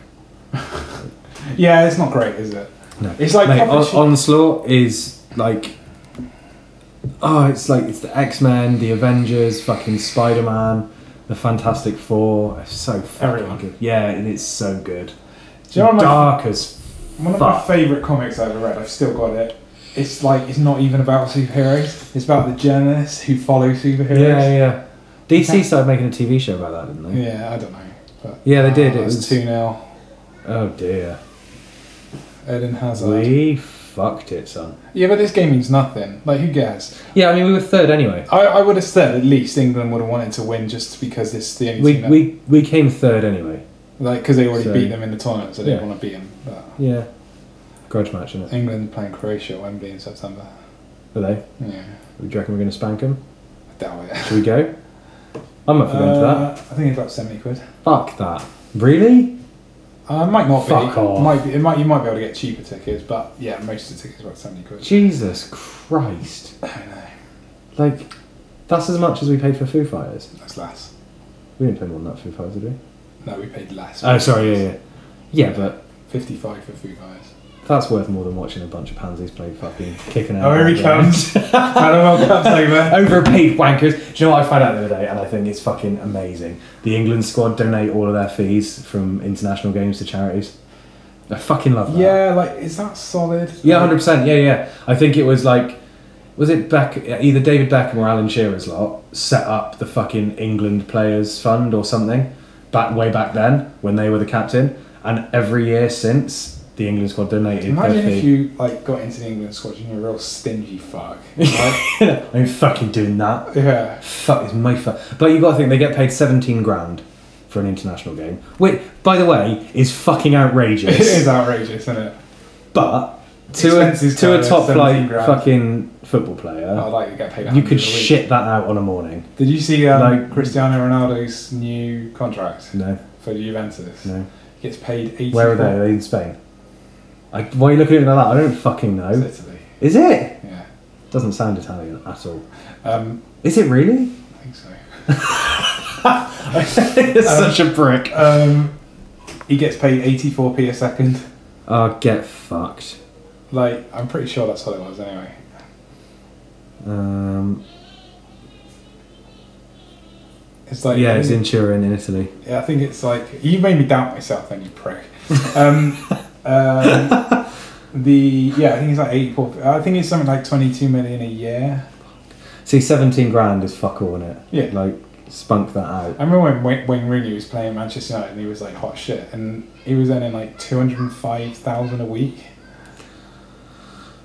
Yeah, it's not great, is it? No, It's like Mate, proper On- shit. onslaught is like. Oh, it's like it's the X Men, the Avengers, fucking Spider Man, the Fantastic Four. It's so fucking Everyone. good. Yeah, and it's so good. Do you know what my- Dark as One of Fuck. my favourite comics I've ever read. I've still got it. It's like it's not even about superheroes. It's about the journalists who follow superheroes. Yeah, yeah. DC started making a TV show about that, didn't they? Yeah, I don't know. But Yeah, they did. Ah, It that's was- two 0 Oh dear. Eden Hazard. We fucked it, son. Yeah, but this game means nothing. Like who cares? Yeah, I mean we were third anyway. I, I would have said at least England would have wanted to win just because this is the only We team that, we we came third anyway. like because they already So- beat them in the tournament, so they didn't Yeah. want to beat them. But Yeah. Grudge match, innit? England playing Croatia at Wembley in September. Are they? Yeah, Do you reckon we're gonna spank them? I doubt it. Should we go? I'm up for going to Uh, that. I think it's about seventy quid. Fuck that. Really? Uh, it might not Fuck be. off. Might be. It might. You might be able to get cheaper tickets, but yeah, most of the tickets are about seventy quid. Jesus Christ. I know. Like, that's as much as we paid for Foo Fighters. That's less. We didn't pay more than that for Foo Fighters, did we? No, we paid less. Oh, sorry, yeah, yeah. Yeah, but Fifty-five for food guys. That's worth more than watching a bunch of pansies play fucking kicking out. Oh, here he Yeah. comes. Annabelle comes over. Overpaid wankers. Do you know what I found out the other day, and I think it's fucking amazing. The England squad donate all of their fees from international games to charities. I fucking love that. Yeah, like is that solid? Yeah, hundred percent. Yeah, yeah. I think it was like, was it Beck? Either David Beckham or Alan Shearer's lot set up the fucking England Players Fund or something back way back then when they were the captain, and every year since the England squad donated. Imagine their if fee. you like got into the England squad and you're a real stingy fuck. Right? I ain't fucking doing that. yeah. Fuck is my fuck. But you got to think they get paid seventeen grand for an international game, which, by the way, is fucking outrageous. It is outrageous, isn't it? But to a, Expenses to covered, a top 17 flight grand. Oh, fucking football player. I'd like to get paid. You 100 a could week. shit that out on a morning. Did you see um, Like- Cristiano Ronaldo's new contract No, for Juventus? no. He gets paid eighty. Where are they? Are they in Spain? I, why are you looking at me like that? I don't fucking It's know. Italy. Is it? Yeah. Doesn't sound Italian at all. Um, Is it really? I think so. it's such a brick. Um, he gets paid eighty-four p a second. Oh, get fucked. Like I'm pretty sure that's what it was anyway. Um, It's like yeah, it's in Turin, in Italy. Yeah, I think it's like you made me doubt myself, then you prick. Um, um, the yeah, I think it's like eighty-four. I think it's something like twenty-two million a year. See, 17 grand is fuck all in it. Yeah. Like, spunk that out. I remember when Wayne, Wayne Rooney was playing Manchester United and he was like hot shit, and he was earning like two hundred and five thousand a week.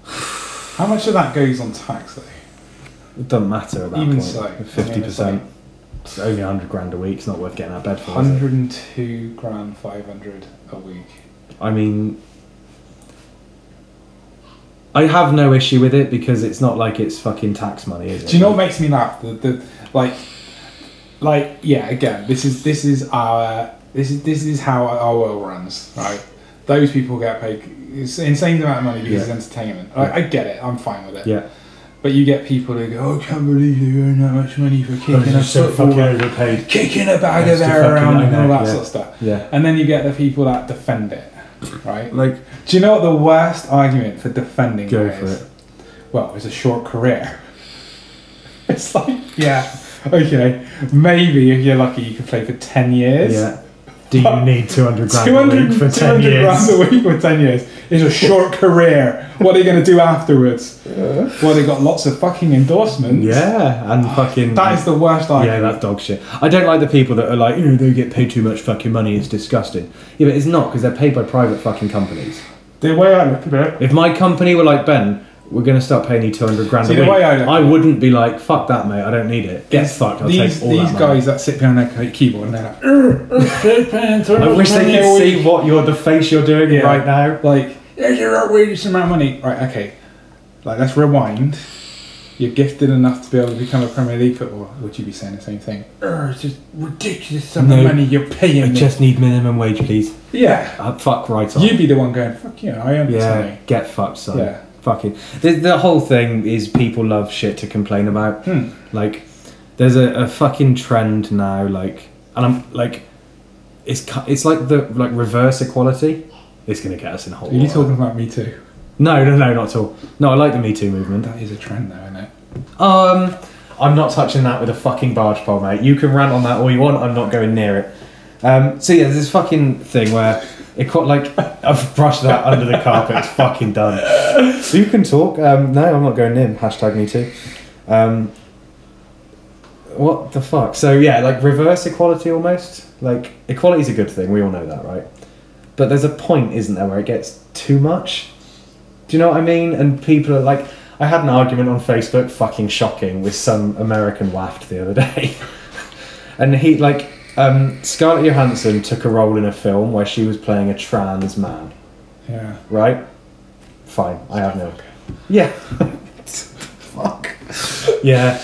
How much of that goes on tax though? It doesn't matter at that Even point. so, I mean, it's 50%. like- it's only 100 grand a week. It's not worth getting out of bed for. is it? Hundred and two grand five hundred a week. I mean, I have no issue with it because it's not like it's fucking tax money, is it? Do you know what makes me laugh? The, the like, like yeah. Again, this is this is our this is this is how our world runs, right? Those people get paid it's an insane amount of money because Yeah. it's entertainment. I, I get it. I'm fine with it. Yeah. But you get people who go, "Oh, I can't believe you earn that much money Oh, for kicking a football, overpaid. kicking a bag That's of the air fucking around, and all nightmare, that yeah. sort of stuff." Yeah. And then you get the people that defend it, right? Like, Do you know what the worst argument for defending Go that for is? it. Well, it's a short career. It's like, yeah, okay, maybe if you're lucky, you can play for 10 years. yeah. Do you need 200 grand 200, a week for 10 200 years? grand a week for 10 years is a short career. What are you going to do afterwards? Well, they got lots of fucking endorsements. Yeah, and fucking. That is the worst yeah, argument. that's dog shit. I don't like the people that are like, you know, they get paid too much fucking money, it's disgusting. Yeah, but it's not because they're paid by private fucking companies. the way I look at it, If my company were like, Ben, we're going to start paying you 200 grand See, a the week, way I look at it- wouldn't be like, fuck that, mate, I don't need it. Get fucked, I'll these, take all these that money. guys that sit behind their key- keyboard and they're like, I wish they could see what you're the face you're doing Yeah. right now. like there's an outrageous amount of money. Right, okay. Like let's rewind. You're gifted enough to be able to become a Premier League footballer. Would you be saying the same thing? "Urgh, It's just ridiculous sum No. of money you're paying. me." need minimum wage, please. yeah. Uh, fuck right off. You'd be the one going, fuck you, I am yeah, yeah. get fucked, son. Yeah. Fucking the, the whole thing is people love shit to complain about. Hmm. Like, there's a, a fucking trend now. Like, and I'm like, it's cu- it's like the like reverse equality. It's gonna get us in a hole. Are you talking about me too? No, no, no, not at all. No, I like the Me Too movement. That is a trend though, isn't it? Um, I'm not touching that with a fucking barge pole, mate. You can rant on that all you want. I'm not going near it. Um, so yeah, there's this fucking thing where it caught like I've brushed that under the carpet. It's fucking done. You can talk. Um, no, I'm not going near. him. Hashtag me too. Um, what the fuck? So yeah, like reverse equality almost. Like equality's a good thing. We all know that, right? But there's a point, isn't there, where it gets too much. Do you know what I mean? And people are like, I had an argument on Facebook, fucking shocking, with some American waft the other day. and he, like, um, Scarlett Johansson took a role in a film where she was playing a trans man, Yeah. right? Fine, I have no. Yeah. Fuck. Yeah.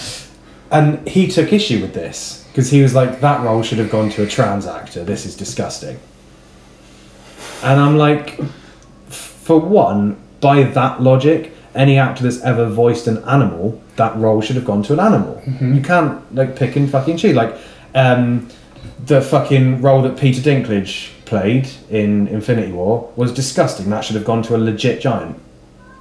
And he took issue with this because he was like, that role should have gone to a trans actor. This is disgusting. And I'm like, for one, by that logic, any actor that's ever voiced an animal, that role should have gone to an animal. You can't like pick and fucking choose. Like um, the fucking role that Peter Dinklage played in Infinity War was disgusting. That should have gone to a legit giant.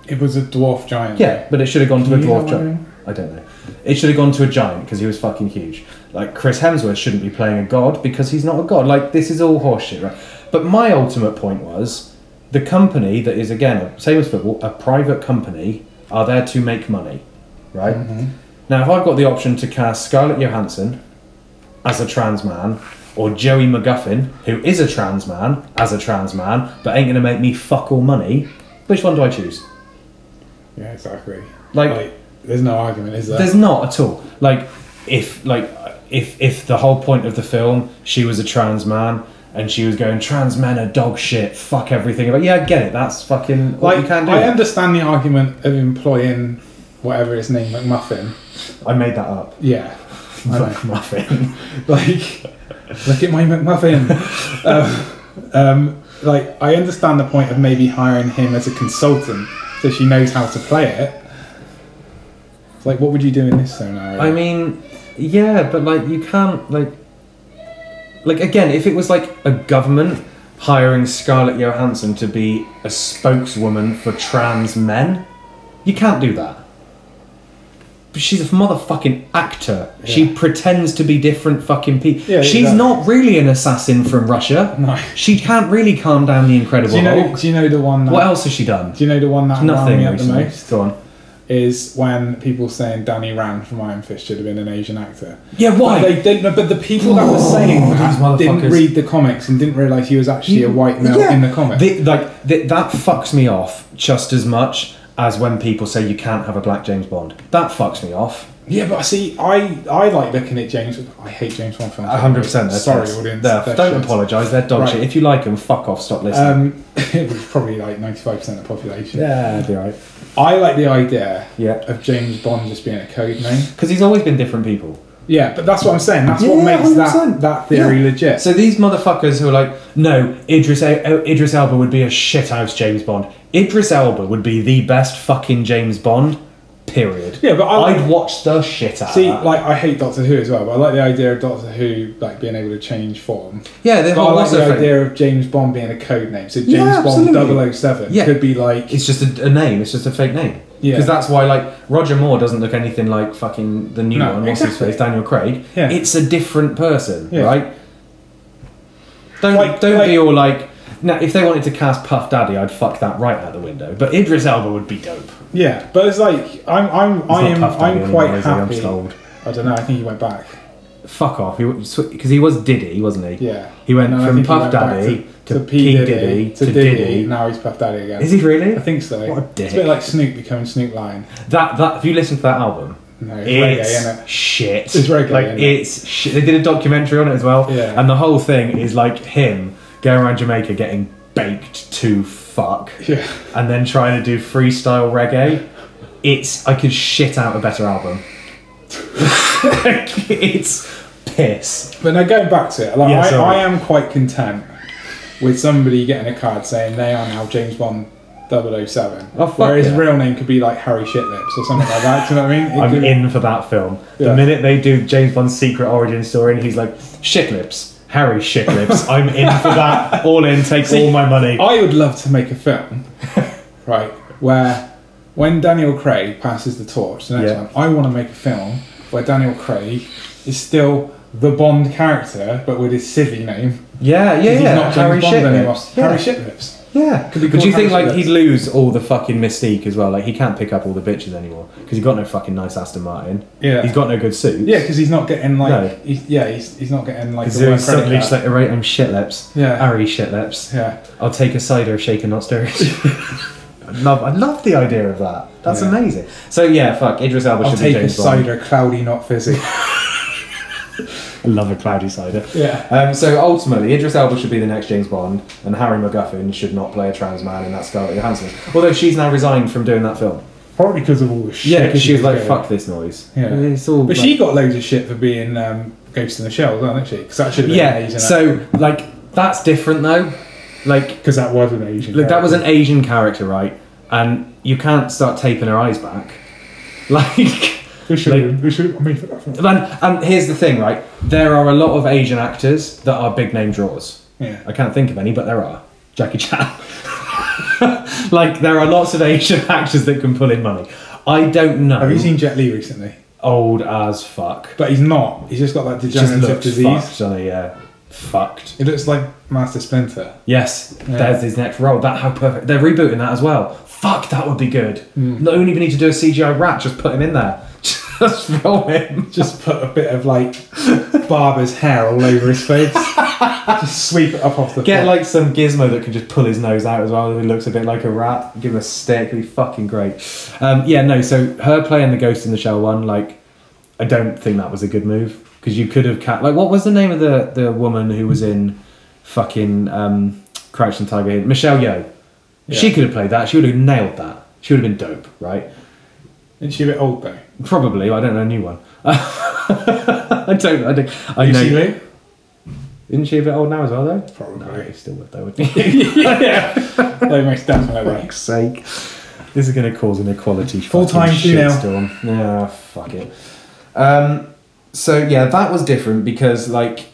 It was a dwarf giant. Yeah, but it should have gone to Can a you have dwarf giant. I don't know. It should have gone to a giant because he was fucking huge. Like Chris Hemsworth shouldn't be playing a god because he's not a god. Like this is all horseshit, right? But my ultimate point was the company that is again same as football, a private company, are there to make money, right? Now, if I've got the option to cast Scarlett Johansson as a trans man or Joey McGuffin, who is a trans man, as a trans man, but ain't gonna make me fuck all money, which one do I choose? Yeah, exactly. Like- there's no argument, is there? There's not at all. Like if like if if the whole point of the film she was a trans man and she was going trans men are dog shit, fuck everything. But yeah, I get it. That's fucking like you can do. I it. understand the argument of employing whatever its name, McMuffin. I made that up. Yeah. I know. Fuck muffin. like look at my McMuffin. um, um, like I understand the point of maybe hiring him as a consultant so she knows how to play it. It's like what would you do in this scenario? I mean, yeah, but like you can't like like again, if it was like a government hiring Scarlett Johansson to be a spokeswoman for trans men, you can't do that. But she's a motherfucking actor. She pretends to be different fucking people. Yeah, she's exactly. not really an assassin from Russia. No. She can't really calm down the Incredible do you know? Hulk. Do you know the one? That, what else has she done? Do you know the one that Nothing Nothing me up the recently. most? Go on. Is when people saying Danny Rand from Iron Fist should have been an Asian actor. Yeah, why? But they didn't. But the people that were saying These that didn't motherfuckers. read the comics and didn't realise he was actually a white male in the comics. Th- like th- that fucks me off just as much as when people say you can't have a black James Bond. That fucks me off. Yeah, but see, I I like looking at James. I hate James Bond films. A hundred percent. Sorry, audience. They're, they're don't shit. apologise. They're dog Right. shit. If you like them, fuck off. Stop listening. Um, it was probably like ninety-five percent of the population. yeah, it'd be right. I like the idea Yeah. of James Bond just being a code name. Because he's always been different people. Yeah, but that's what I'm saying. That's Yeah, what makes that 100%. that theory Yeah. legit. So these motherfuckers who are like, no, Idris El- El- Idris Elba would be a shithouse James Bond. Idris Elba would be the best fucking James Bond. Period. Yeah, but I like- I'd watch the shit out. of see, that. like I hate Doctor Who as well, but I like the idea of Doctor Who like being able to change form. yeah, the But I whole like Russell the thing. idea of James Bond being a code name. So James Yeah, absolutely. Bond 007 Yeah. could be like It's just a, a name. It's just a fake name. Yeah. Because that's why, like, Roger Moore doesn't look anything like fucking the new No, one. What's his exactly. face? Daniel Craig. Yeah. It's a different person, Yeah. right? Don't Like- don't like- be all like. Now, if they wanted to cast Puff Daddy, I'd fuck that right out the window. But Idris Elba would be dope. yeah. But it's like I'm I'm I not am Puff Daddy I'm quite anymore, is he? I'm happy. just old. I don't know. I think he went back. Fuck off. Because he, was Diddy, wasn't he? Yeah. He went And I from think he Puff went back Daddy to, P Diddy, to, Diddy. Diddy. Now he's Puff Daddy again. Is he really? I think so. What It's a a bit dick. like Snoop becoming Snoop Lion. That that if you listen to that album, No, it's reggae, it's innit? shit. It's reggae, Like innit? it's shit. They did a documentary on it as well, Yeah. and the whole thing is like him going around Jamaica getting baked to fuck, Yeah. and then trying to do freestyle reggae. It's I could shit out a better album. it's piss. But now going back to it, like Yeah, I, sorry. I am quite content with somebody getting a card saying they are now James Bond 007. Oh, fuck where his yeah. real name could be like Harry Shitlips or something like that. Do you know what I mean? It I'm could- in for that film. Yeah. The minute they do James Bond's secret origin story, and he's like shit lips. Harry shit lips. I'm in for that. All in. Take all my money. I would love to make a film, right, where when Daniel Craig passes the torch, the next Yeah. one, I want to make a film where Daniel Craig is still the Bond character, but with his civvy name. Yeah, yeah, yeah. He's not James Harry Bond Shitlips. anymore. Yeah. Harry Shitlips. Yeah. Could be but do you called think Harry like Shitlips. he'd lose all the fucking mystique as well? Like he can't pick up all the bitches anymore because he's got no fucking nice Aston Martin. Yeah. He's got no good suits. Yeah, because he's not getting like. No. He's, yeah, he's, he's not getting like. Because The he work was suddenly credit just back. like, alright, I'm shitlips. Yeah. Harry shitlips. Yeah. I'll take a cider of shaken not stirred. I love, I love the idea of that. That's Yeah. amazing. So yeah, fuck Idris Elba I'll should take be a James Bond. cider, cloudy, not fizzy. I love a cloudy cider. Yeah. Um, so ultimately, Idris Elba should be the next James Bond, and Harry McGuffin should not play a trans man, and that's Scarlett Johansson. Although she's now resigned from doing that film. Probably because of all the shit. Yeah, because she was like, getting. "Fuck this noise." Yeah. it's all. But like- she got loads of shit for being um, Ghost in the Shell, didn't she? Because that should have been an yeah. Asian So like that's different though. Like Because that was an Asian. look, that was an character. Asian character, right? And you can't start taping her eyes back. Like, They should've- they should have made that and, and here's the thing, right? There are a lot of Asian actors that are big name draws. Yeah. I can't think of any, but there are. Jackie Chan. like there are lots of Asian actors that can pull in money. I don't know. Have you seen Jet Li recently? old as fuck? But he's not. He's just got that It just degenerative looks disease. fucked, doesn't it? Yeah, fucked. It looks like Master Splinter. Yes, Yeah. there's his next role. That how perfect. They're rebooting that as well. Fuck, that would be good. Hmm. Not only do we need to do a CGI rat, just put him in there. Just film him. Just put a bit of like barber's hair all over his face. just sweep it up off the Get top. like some gizmo that can just pull his nose out as well. If he looks a bit like a rat, give him a stick. It'd be fucking great. Um, yeah, no. So her playing the Ghost in the Shell one, like, I don't think that was a good move because you could have cat. Like, what was the name of the the woman who was in fucking um, Crouching Tiger? Hidden- Michelle Yeoh. She could have played that. She would have nailed that. She would have been dope, right? Isn't she a bit old though? Probably. I don't know a new one. I don't. I don't. I Lucy know. Liu? Isn't she a bit old now as well though? No, Probably. she still would though, wouldn't she? they most definitely. fuck's sake. This is going to cause an equality Full-time fucking female. shitstorm. Yeah, fuck it. Um, so yeah, that was different because like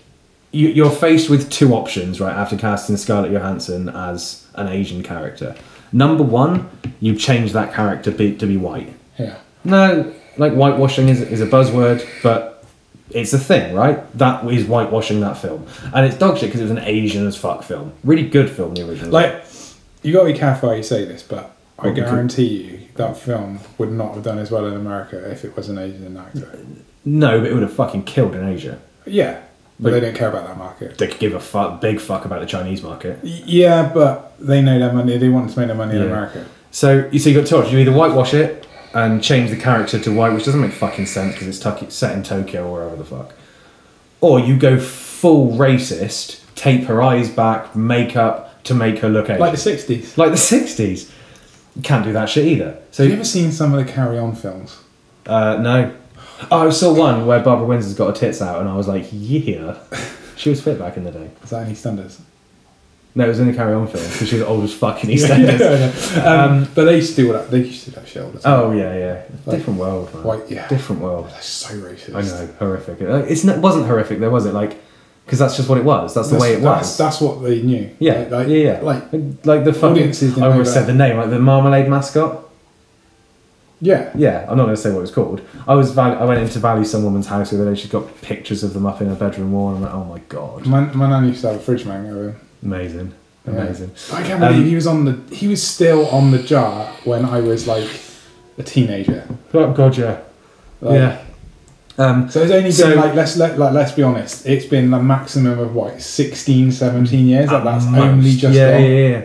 you, you're faced with two options right after casting Scarlett Johansson as an Asian character. Number one, you change that character be, to be white. Yeah. No, like whitewashing is, is a buzzword, but it's a thing, right? That is whitewashing that film, and it's dog shit because it was an Asian as fuck film. Really good film, the original. Like, you got to be careful how you say this, but I Oh, good. guarantee you that film would not have done as well in America if it was an Asian actor. No, but it would have fucking killed in Asia. Yeah, but But- they don't care about that market. They could give a fuck, big fuck about the Chinese market. Y- Yeah, but they know their money. They want to make their money in Yeah. America. So you see, you got two options. You either whitewash it and change the character to white, which doesn't make fucking sense because it's tuck- set in Tokyo or wherever the fuck, or you go full racist, tape her eyes back, makeup to make her look Asian, Like the sixties. like the '60s. Can't do that shit either. So Have you ever seen some of the Carry On films? Uh, no. Oh, I saw one where Barbara Windsor's got her tits out, and I was like, yeah. She was fit back in the day. Is that any standards? No, it was in the Carry On film because she was old as fucking EastEnders. um, but they used to do all that. They used to do that shit all the time. Oh yeah, yeah. Different world, man. White- yeah. Different world. That's so racist. I know, horrific. Uh, It's not, it wasn't horrific though, was it? Like, because that's just what it was. That's the That's- way it that's- was. That's what they knew. yeah, Like, like- yeah, yeah. Like, like the fucking. audiences didn't I almost know said that. the name, like the marmalade mascot. yeah. Yeah, I'm not going to say what it was called. I was val- I went into value some woman's house the other day. She's got pictures of them up in her bedroom wall, and I'm like, oh my god, My, my nan used to have a fridge mango. amazing, amazing. I can't Um, believe he was on the. He was still on the jar when I was like a teenager. Oh god, yeah, Like, yeah. Um, So it's only been So- like let's let like let's be honest. It's been the maximum of what 16, 17 years. Like, that's only Most. just yeah, on. yeah, yeah.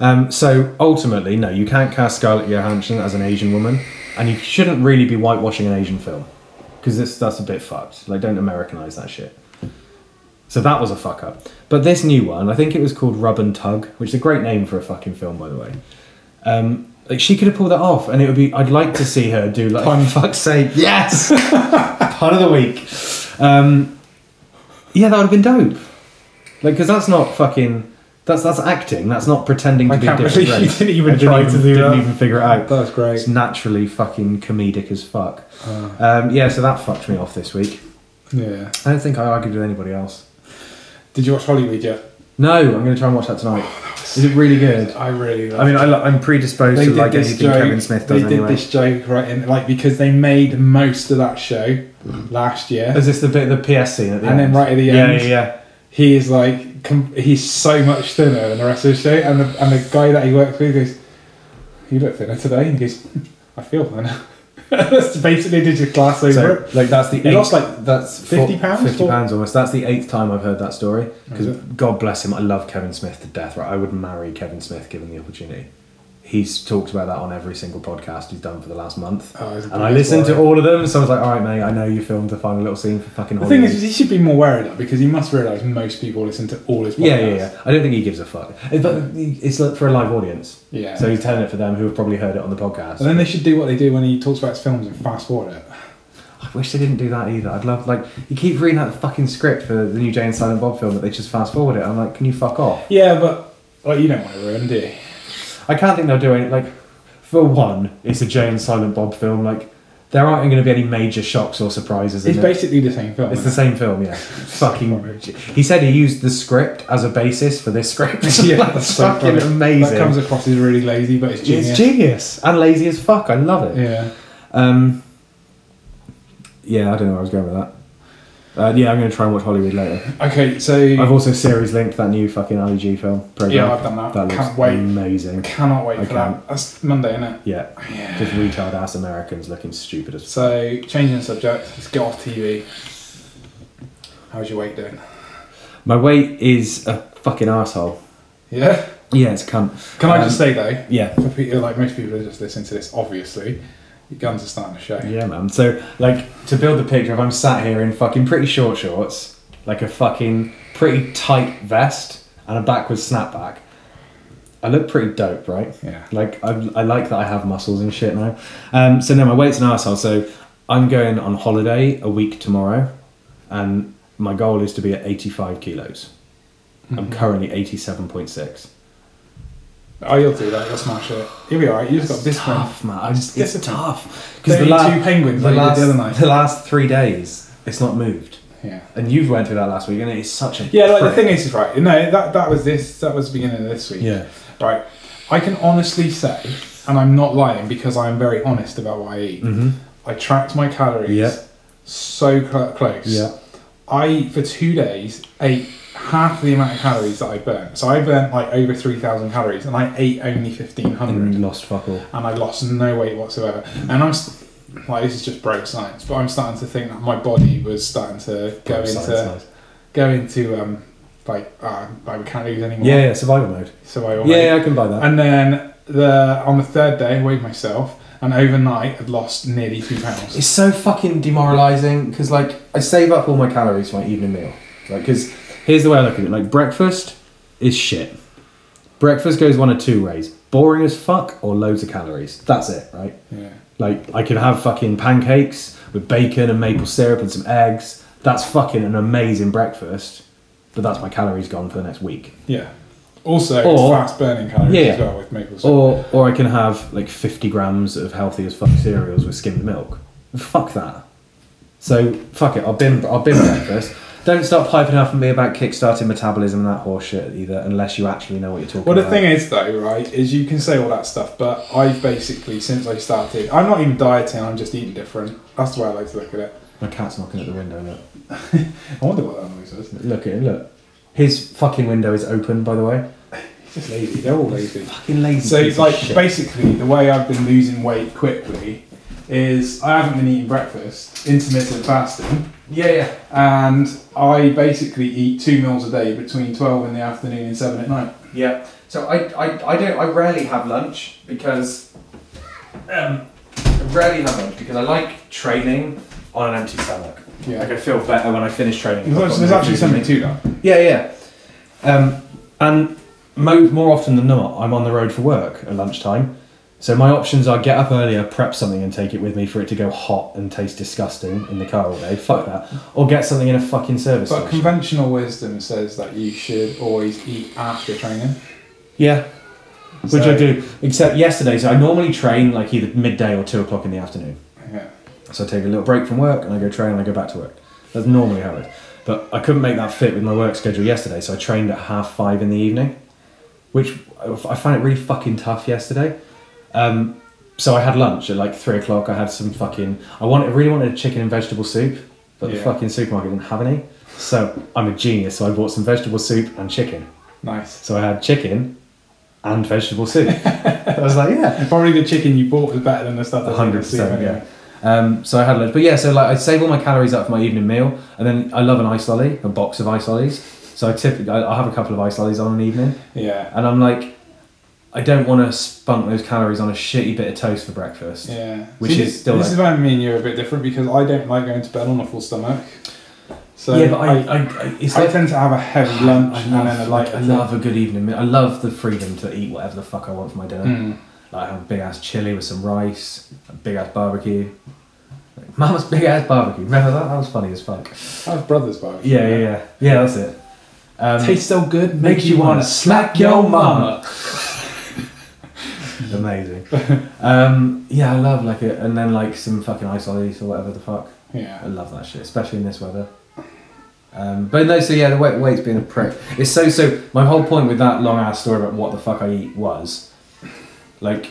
Um, so ultimately, no, you can't cast Scarlett Johansson as an Asian woman, and you shouldn't really be whitewashing an Asian film because that's a bit fucked. Like, don't Americanize that shit. So that was a fuck up. But this new one, I think it was called Rub and Tug, which is a great name for a fucking film, by the way. Um, like she could have pulled that off, and it would be. I'd like to see her do like Pun. fuck's sake, yes, pun of the week. Um, yeah, that would have been dope. Like, because that's not fucking. That's that's acting. That's not pretending to I be can't a different. believe you race. didn't even I try to even, do didn't that. even figure it out. That's great. It's naturally fucking comedic as fuck. Um, yeah, so that fucked me off this week. Yeah. I don't think I argued with anybody else. Did you watch Hollywood yet? No, I'm going to try and watch that tonight. Is it really good? I really. I mean, I, lo- I'm predisposed they to did like this anything joke. Kevin Smith they does did anyway. this joke right in like because they made most of that show last year. Is this the bit of the PS scene at the And end? then right at the yeah, end. Yeah, yeah. he is like com- he's so much thinner than the rest of the show, and the and the guy that he works with goes, "You look thinner today." And he goes, "I feel thinner." That's basically did your class over So, it. like that's the He eighth, lost, like, that's 50 pounds, Fifty four- pounds almost. That's the eighth time I've heard that story. Because Is God bless him, I love Kevin Smith to death. Right, I would marry Kevin Smith given the opportunity. He's talked about that on every single podcast he's done for the last month, Oh, it's a and I brilliant listened to story. all of them. So I was like, "All right, mate, I know you filmed the final little scene for fucking." The thing Hollywood." is, he should be more aware of that because he must realise most people listen to all his podcasts. Yeah, yeah, yeah. I don't think he gives a fuck. It- But it's like for a live audience. Yeah. So he's telling it for them who have probably heard it on the podcast. And then they should do what they do when he talks about his films and fast forward it. I wish they didn't do that either. I'd love like you keep reading that fucking script for the new Jay and Silent Bob film, but they just fast forward it. I'm like, can you fuck off? Yeah, but like you don't want to ruin, do you? I can't think they'll do it. Like, for one, it's a Jay and Silent Bob film. Like, There aren't going to be any major shocks or surprises. It's in it. basically the same film. It's the same film, yeah. Fucking. He said he used the script as a basis for this script. yeah, that's so fucking funny. amazing. That comes across as really lazy, but it's genius. It's genius and lazy as fuck. I love it. yeah. Um, yeah, I don't know where I was going with that. Uh, yeah, I'm going to try and watch Hollywood later. Okay, I've so also series linked that new fucking IG film program. Yeah, I've done that. looks Can't wait. amazing. I cannot wait I for can't. that. That's Monday, isn't it? Yeah. Yeah. Just retard ass Americans looking stupid as So changing the subject, let's get off TV. How's your weight doing? My weight is a fucking asshole. Yeah. Yeah, it's cunt. Can I Um, just say though, Yeah. for people like most people who just listen to this, obviously, your guns are starting to show. Yeah, man. So, like, to build the picture, if I'm sat here in fucking pretty short shorts, like a fucking pretty tight vest, and a backwards snapback, I look pretty dope, right? Yeah. Like, I, I like that I have muscles and shit now. Um, so, no, my weight's an asshole. So, I'm going on holiday a week tomorrow, and my goal is to be at 85 kilos. I'm currently 87.6. Oh, you'll do that. You'll smash it. You'll be alright. You just got It's discipline. tough, man. I just, it's Discipline. tough. Thirty-two penguins the like you did last, the other night. the last three days, it's not moved. Yeah. And you've went through that last week, and it is such a Yeah, like the prick. thing is, is right. No, that that was this. That was the beginning of this week. Yeah. Right. I can honestly say, and I'm not lying because I'm very honest about what I eat. I tracked my calories. Mm-hmm. Yeah. So cl- close. Yeah. I for two days ate half the amount of calories that I burnt. So I burnt like over three thousand calories, and I ate only fifteen hundred, And you lost fuck all. and I lost no weight whatsoever. And I'm. s like this is just broke science, but I'm starting to think that my body was starting to go Side, into side. go into um like uh, like we can't lose anymore. Yeah, yeah, survival mode. So I always Yeah, I can buy that. And then the on the third day, I weighed myself, and overnight I'd lost nearly two pounds. It's so fucking demoralizing because, like, I save up all my calories for my evening meal. Like, because here's the way I look at it: like, breakfast is shit. Breakfast goes one of two ways: boring as fuck or loads of calories. That's it, right? yeah. Like, I could have fucking pancakes with bacon and maple syrup and some eggs. That's fucking an amazing breakfast, but that's my calories gone for the next week. Yeah. Also, Or- it's fast burning calories Yeah, as yeah. well with maple syrup. Or or I can have like 50 grams of healthy as fuck cereals with skimmed milk. Fuck that. So fuck it. I'll bin I'll bin breakfast. Don't start piping up at me about kickstarting metabolism and that horseshit either, unless you actually know what you're talking Well, the about. thing is, though, right, is you can say all that stuff, but I've basically, since I started, I'm not even dieting, I'm just eating different. That's the way I like to look at it. my cat's knocking at the window. Look, I wonder what that noise is. look at him. Look, his fucking window is open. By the way, It's just lazy, they're all lazy. fucking lazy. So, piece of like, shit. basically, the way I've been losing weight quickly is I haven't been eating breakfast, intermittent fasting, yeah, yeah. and I basically eat two meals a day between 12 in the afternoon and 7 at night. Yeah. So I, I, I don't I rarely have lunch because um, I rarely have lunch because I like training on an empty stomach. Yeah. Like I feel better when I finish training. if I've There's, got there's no actually food in something to me. that. Yeah, yeah. Um, and mo- more often than not, I'm on the road for work at lunchtime. So my options are get up earlier, prep something, and take it with me for it to go hot and taste disgusting in the car all day. Fuck that. Or get something in a fucking service But station. conventional wisdom says that you should always eat after training. Yeah. Which So- I do, except yesterday. So I normally train like either midday or two o'clock in the afternoon. Yeah. So I take a little break from work and I go train and I go back to work. That's normally how it. But I couldn't make that fit with my work schedule yesterday, so I trained at half five in the evening, which I I found it really fucking tough yesterday. Um, so I had lunch at like three o'clock. I had some fucking. I wanted, really wanted a chicken and vegetable soup, but the Yeah. fucking supermarket didn't have any. So I'm a genius. So I bought some vegetable soup and chicken. Nice. So I had chicken and vegetable soup. I was like, yeah, Probably the chicken you bought was better than the stuff that's in the hundred soup percent, anyway. yeah. Um, so I had lunch, but yeah, so like I save all my calories up for my evening meal, and then I love an ice lolly, a box of ice lollies. So I typically I I'll have a couple of ice lollies on an evening, Yeah. and I'm like, I don't want to spunk those calories on a shitty bit of toast for breakfast. Yeah. Which See, is this, still This is like- why me and you are a bit different because I don't like going to bed on a full stomach. So yeah, but I, I, I, I it's I like. tend to have a heavy lunch I and then love, a light. like, I love a good evening meal. I love the freedom to eat whatever the fuck I want for my dinner. Mm. Like I have a big ass chili with some rice, a big ass barbecue. Like, Mama's big ass barbecue. Remember that? That was funny as fuck. That was brothers' barbecue. Yeah, yeah, yeah. Yeah, that's it. Um, Tastes so good, makes you want to wanna smack your mama. amazing. um, yeah, I love like it, and then like some fucking ice ollies or whatever the fuck. I Yeah. love that shit, especially in this weather. Um, but no, so yeah, the weight, weight's being a prick. It's so so. My whole point with that long ass story about what the fuck I eat was, like,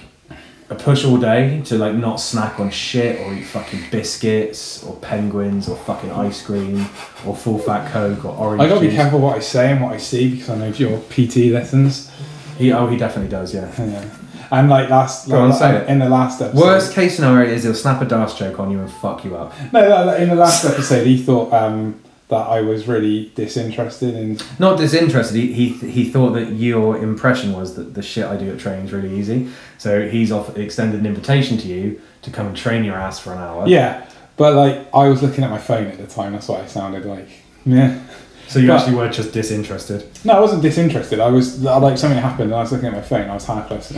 a push all day to like not snack on shit or eat fucking biscuits or penguins or fucking ice cream or full fat coke or orange. I gotta be juice. careful what I say and what I see because I know your PT lessons. He, oh, he definitely does. Yeah. Yeah. And like last, Go on, like, say it. in the last episode. Worst case scenario is he'll snap a dance joke on you and fuck you up. No, no, no, in the last episode, he thought um, that I was really disinterested in. not disinterested. He, he he thought that your impression was that the shit I do at training is really easy. So he's off extended an invitation to you to come and train your ass for an hour. Yeah, but like I was looking at my phone at the time. That's why I sounded like yeah. So you But- actually were just disinterested. No, I wasn't disinterested. I was I- like something happened, and I was looking at my phone. I was heartless.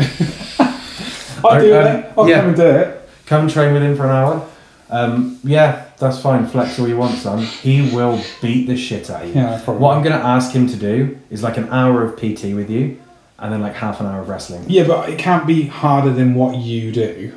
I'll I- do um, it. I'll yeah. come and do it. Come train with him for an hour. Um, yeah, that's fine. Flex all you want, son. He will beat the shit out of you. Yeah, probably. What I'm going to ask him to do is like an hour of PT with you, and then like half an hour of wrestling. Yeah, but it can't be harder than what you do.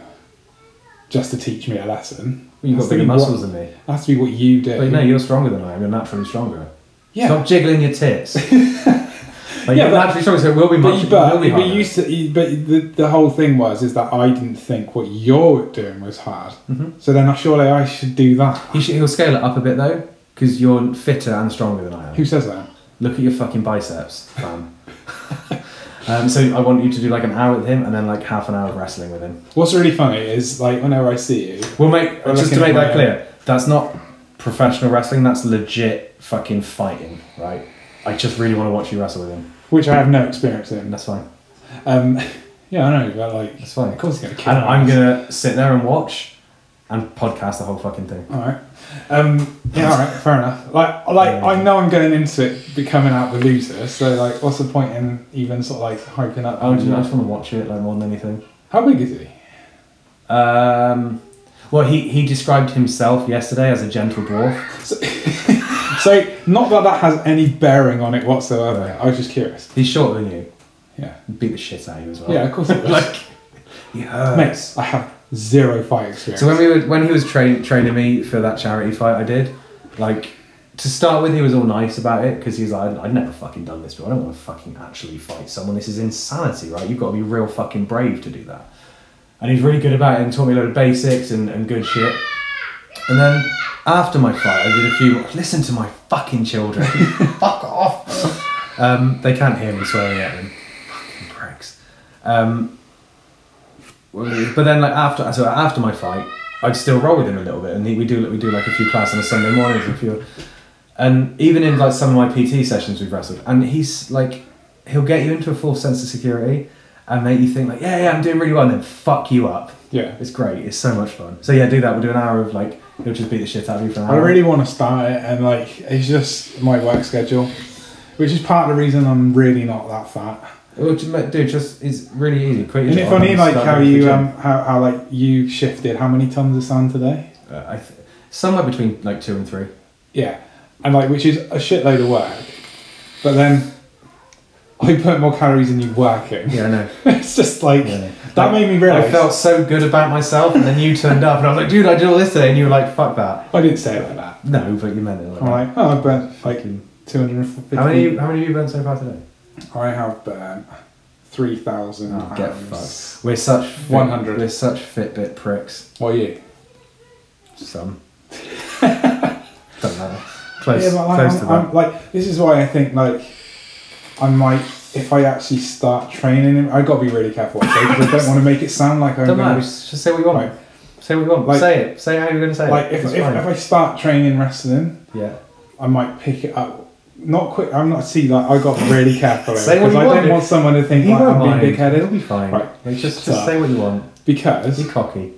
Just to teach me a lesson. You've got Has to bigger be muscles What, than me. has to be what you do. But no, you're stronger than I am. You're naturally stronger. yeah, Stop jiggling your tits. like, Yeah, you're but- naturally stronger, so it will be But, much. you, it will but, be but harder. you used to, you- but the, the whole thing was is that I didn't think what you're doing was hard. Mm-hmm. So then, I surely I should do that. He should, he'll scale it up a bit though, because you're fitter and stronger than I am. Who says that? Look at your fucking biceps, fam. um, so I want you to do like an hour with him, and then like half an hour of wrestling with him. What's really funny is like whenever I see you, We'll make We're just to looking make at my- that clear. That's not professional wrestling. That's legit fucking fighting, right? I just really want to watch you wrestle with him. which I have no experience in. That's fine. Um, yeah, I know, but like, That's fine. Of course, you're gonna kill And I'm my ass. gonna sit there and watch, and podcast the whole fucking thing. All right. Um, yeah, all right, fair enough. Like, like I know I'm going into it becoming out the loser, so like, what's the point in even sort of like hyping up? I just, I just want to watch it like more than anything. How big is he? Um, well, he, he described himself yesterday as a gentle dwarf. So, not that that has any bearing on it whatsoever. Right. I was just curious. He's shorter than you. Yeah, Beat the shit out of you as well. yeah, of course. It was. like he hurts. Mate, I have zero fight experience. So when we were when he was train, training me for that charity fight I did, like to start with, he was all nice about it because he was like, "I've never fucking done this, but I don't want to fucking actually fight someone. This is insanity, right? You've got to be real fucking brave to do that." And he's really good about it and taught me a load of basics and, and good shit. And then after my fight, I did a few. Listen to my fucking children. Fuck off. Um, they can't hear me swearing at them. Fucking pricks. Um, but then, like after so after my fight, I'd still roll with him a little bit, and we do we do like a few classes on a Sunday mornings, a few, and even in like some of my PT sessions we've wrestled, and he's like, he'll get you into a false sense of security, and make you think like, yeah, yeah, I'm doing really well, and then fuck you up. Yeah. it's great. It's so much fun. So yeah, do that. We'll do an hour of like he'll just beat the shit out of you for an I hour. really want to start it, and like, it's just my work schedule, which is part of the reason I'm really not that fat. Well, ju- mate, dude, just it's really easy. Quit your Isn't it job funny, and like start how going to the you gym. um how, how like you shifted how many tons of sand today? Uh, I th- somewhere between like two and three. Yeah, and like which is a shitload of work, but then I put more calories in you working. Yeah, I know. it's just like Yeah. that made me realize. I felt so good about myself, and then you turned up, and I was like, dude, I did all this today, and you were like, fuck that. I didn't say it like that. No, but you meant it. Like I'm like, that. oh, I burnt like Fucking- two hundred and fifty. How many? How many have you burned so far today? I have burnt three thousand. Oh, get fucked. We're such fit- 100. We're such Fitbit pricks. What are you? Some. Don't matter. Close. yeah, but like, close I'm, to that. I'm- like this is why I think like I might if I actually start training him, I gotta be really careful what I say, 'cause I don't want to make it sound like I'm Don't gonna matter. be, Just say what you want. Right. Say what you want. Like- say it. Say how you're going to say like it. if, It's if, if fine. I start training wrestling, yeah. I might pick it up. Not quick. I'm not see like I got really careful Say what because you I want, don't dude. want someone to think He like, won't I'm being mind. big It'll be headed. fine. Right. Like, just, So- just say what you want. Be Because cocky.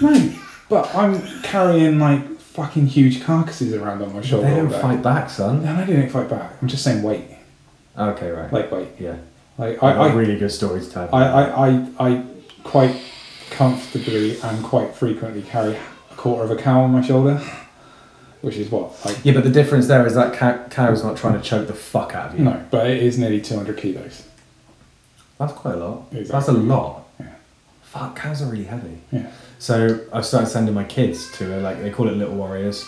no, but I'm carrying like fucking huge carcasses around on my They shoulder. don't all day. fight back, son. No, I didn't fight back. I'm just saying weight, Okay, right. like weight. yeah. Like I, I, I really good story to tell. I, I, I, I quite comfortably and quite frequently carry a quarter of a cow on my shoulder, which is what like yeah, but the difference there is that cow, cow's not trying to choke the fuck out Mm. of you. no, but it is nearly two hundred kilos. That's quite a lot. Exactly. That's a lot. Yeah. fuck, cows are really heavy. Yeah. So I started sending my kids to a, like they call it Little Warriors.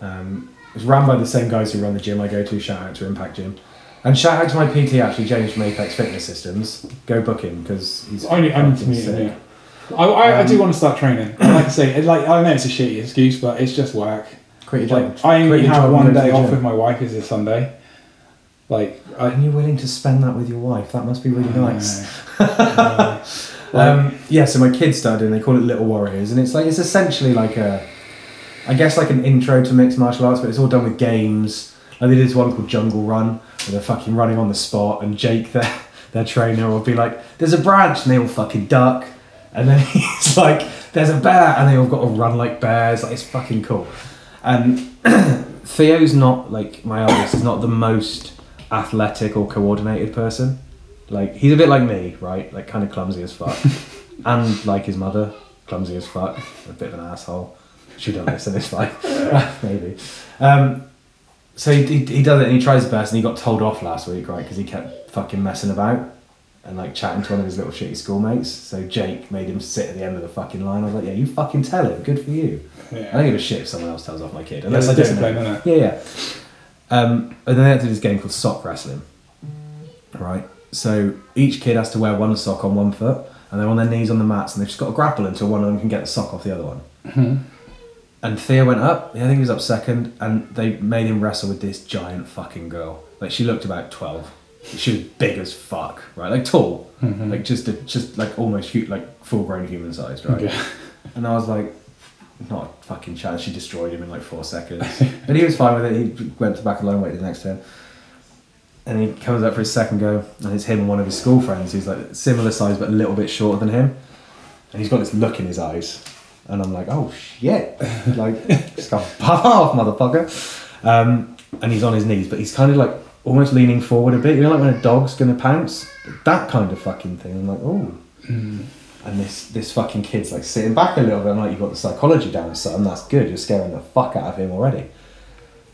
Um, it's run by the same guys who run the gym I go to. Shout out to Impact Gym, and shout out to my PT actually, James from Apex Fitness Systems. Go book him because he's I need, I need to fucking meet sick. Um, him. Yeah. I, I, I do want to start training. Like I say, it, like I know it's a shitty excuse, but it's just work. Quit your Like job. I Quit only your job have and one go to day the off gym. with my wife is a Sunday. Like I, And you're willing to spend that with your wife? That must be really nice. uh, Um, yeah, so my kids started and they call it Little Warriors, and it's like it's essentially like a, I guess like an intro to mixed martial arts, but it's all done with games. Like they did this one called Jungle Run, where they're fucking running on the spot, and Jake, their their trainer, will be like, "There's a branch," and they all fucking duck, and then he's like, "There's a bear," and they all got to run like bears. Like it's fucking cool. And Theo's not like my eldest is not the most athletic or coordinated person. Like he's a bit like me, right? Like kind of clumsy as fuck, and like his mother, clumsy as fuck, a bit of an asshole. She don't listen. It's fine, maybe. Um, so he, he, he does it and he tries his best and he got told off last week, right? Because he kept fucking messing about and like chatting to one of his little shitty schoolmates. So Jake made him sit at the end of the fucking line. I was like, yeah, you fucking tell him. Good for you. I yeah. don't give a shit if someone else tells off my kid. Unless Yeah, I it's don't know. discipline, isn't Yeah, yeah. Um, and then they had to do this game called sock wrestling. Right. So each kid has to wear one sock on one foot, and they're on their knees on the mats, and they've just got to grapple until one of them can get the sock off the other one. And Thea went up. I think he was up second, and they made him wrestle with this giant fucking girl. Like she looked about twelve. She was big as fuck, right? Like tall, like just a, just like almost hu- like full grown human sized, right? Okay. And I was like, not a fucking chance. She destroyed him in like four seconds. but he was fine with it. He went to back alone, waited the next turn. And he comes up for his second go, and it's him and one of his school friends who's like similar size but a little bit shorter than him. And he's got this look in his eyes. And I'm like, oh shit. Like, just go, puff off, motherfucker. Um, and he's on his knees, but he's kind of like almost leaning forward a bit. You know, like when a dog's going to pounce? That kind of fucking thing. I'm like, oh, and this this fucking kid's like sitting back a little bit. I'm like, you've got the psychology down, son. That's good. You're scaring the fuck out of him already.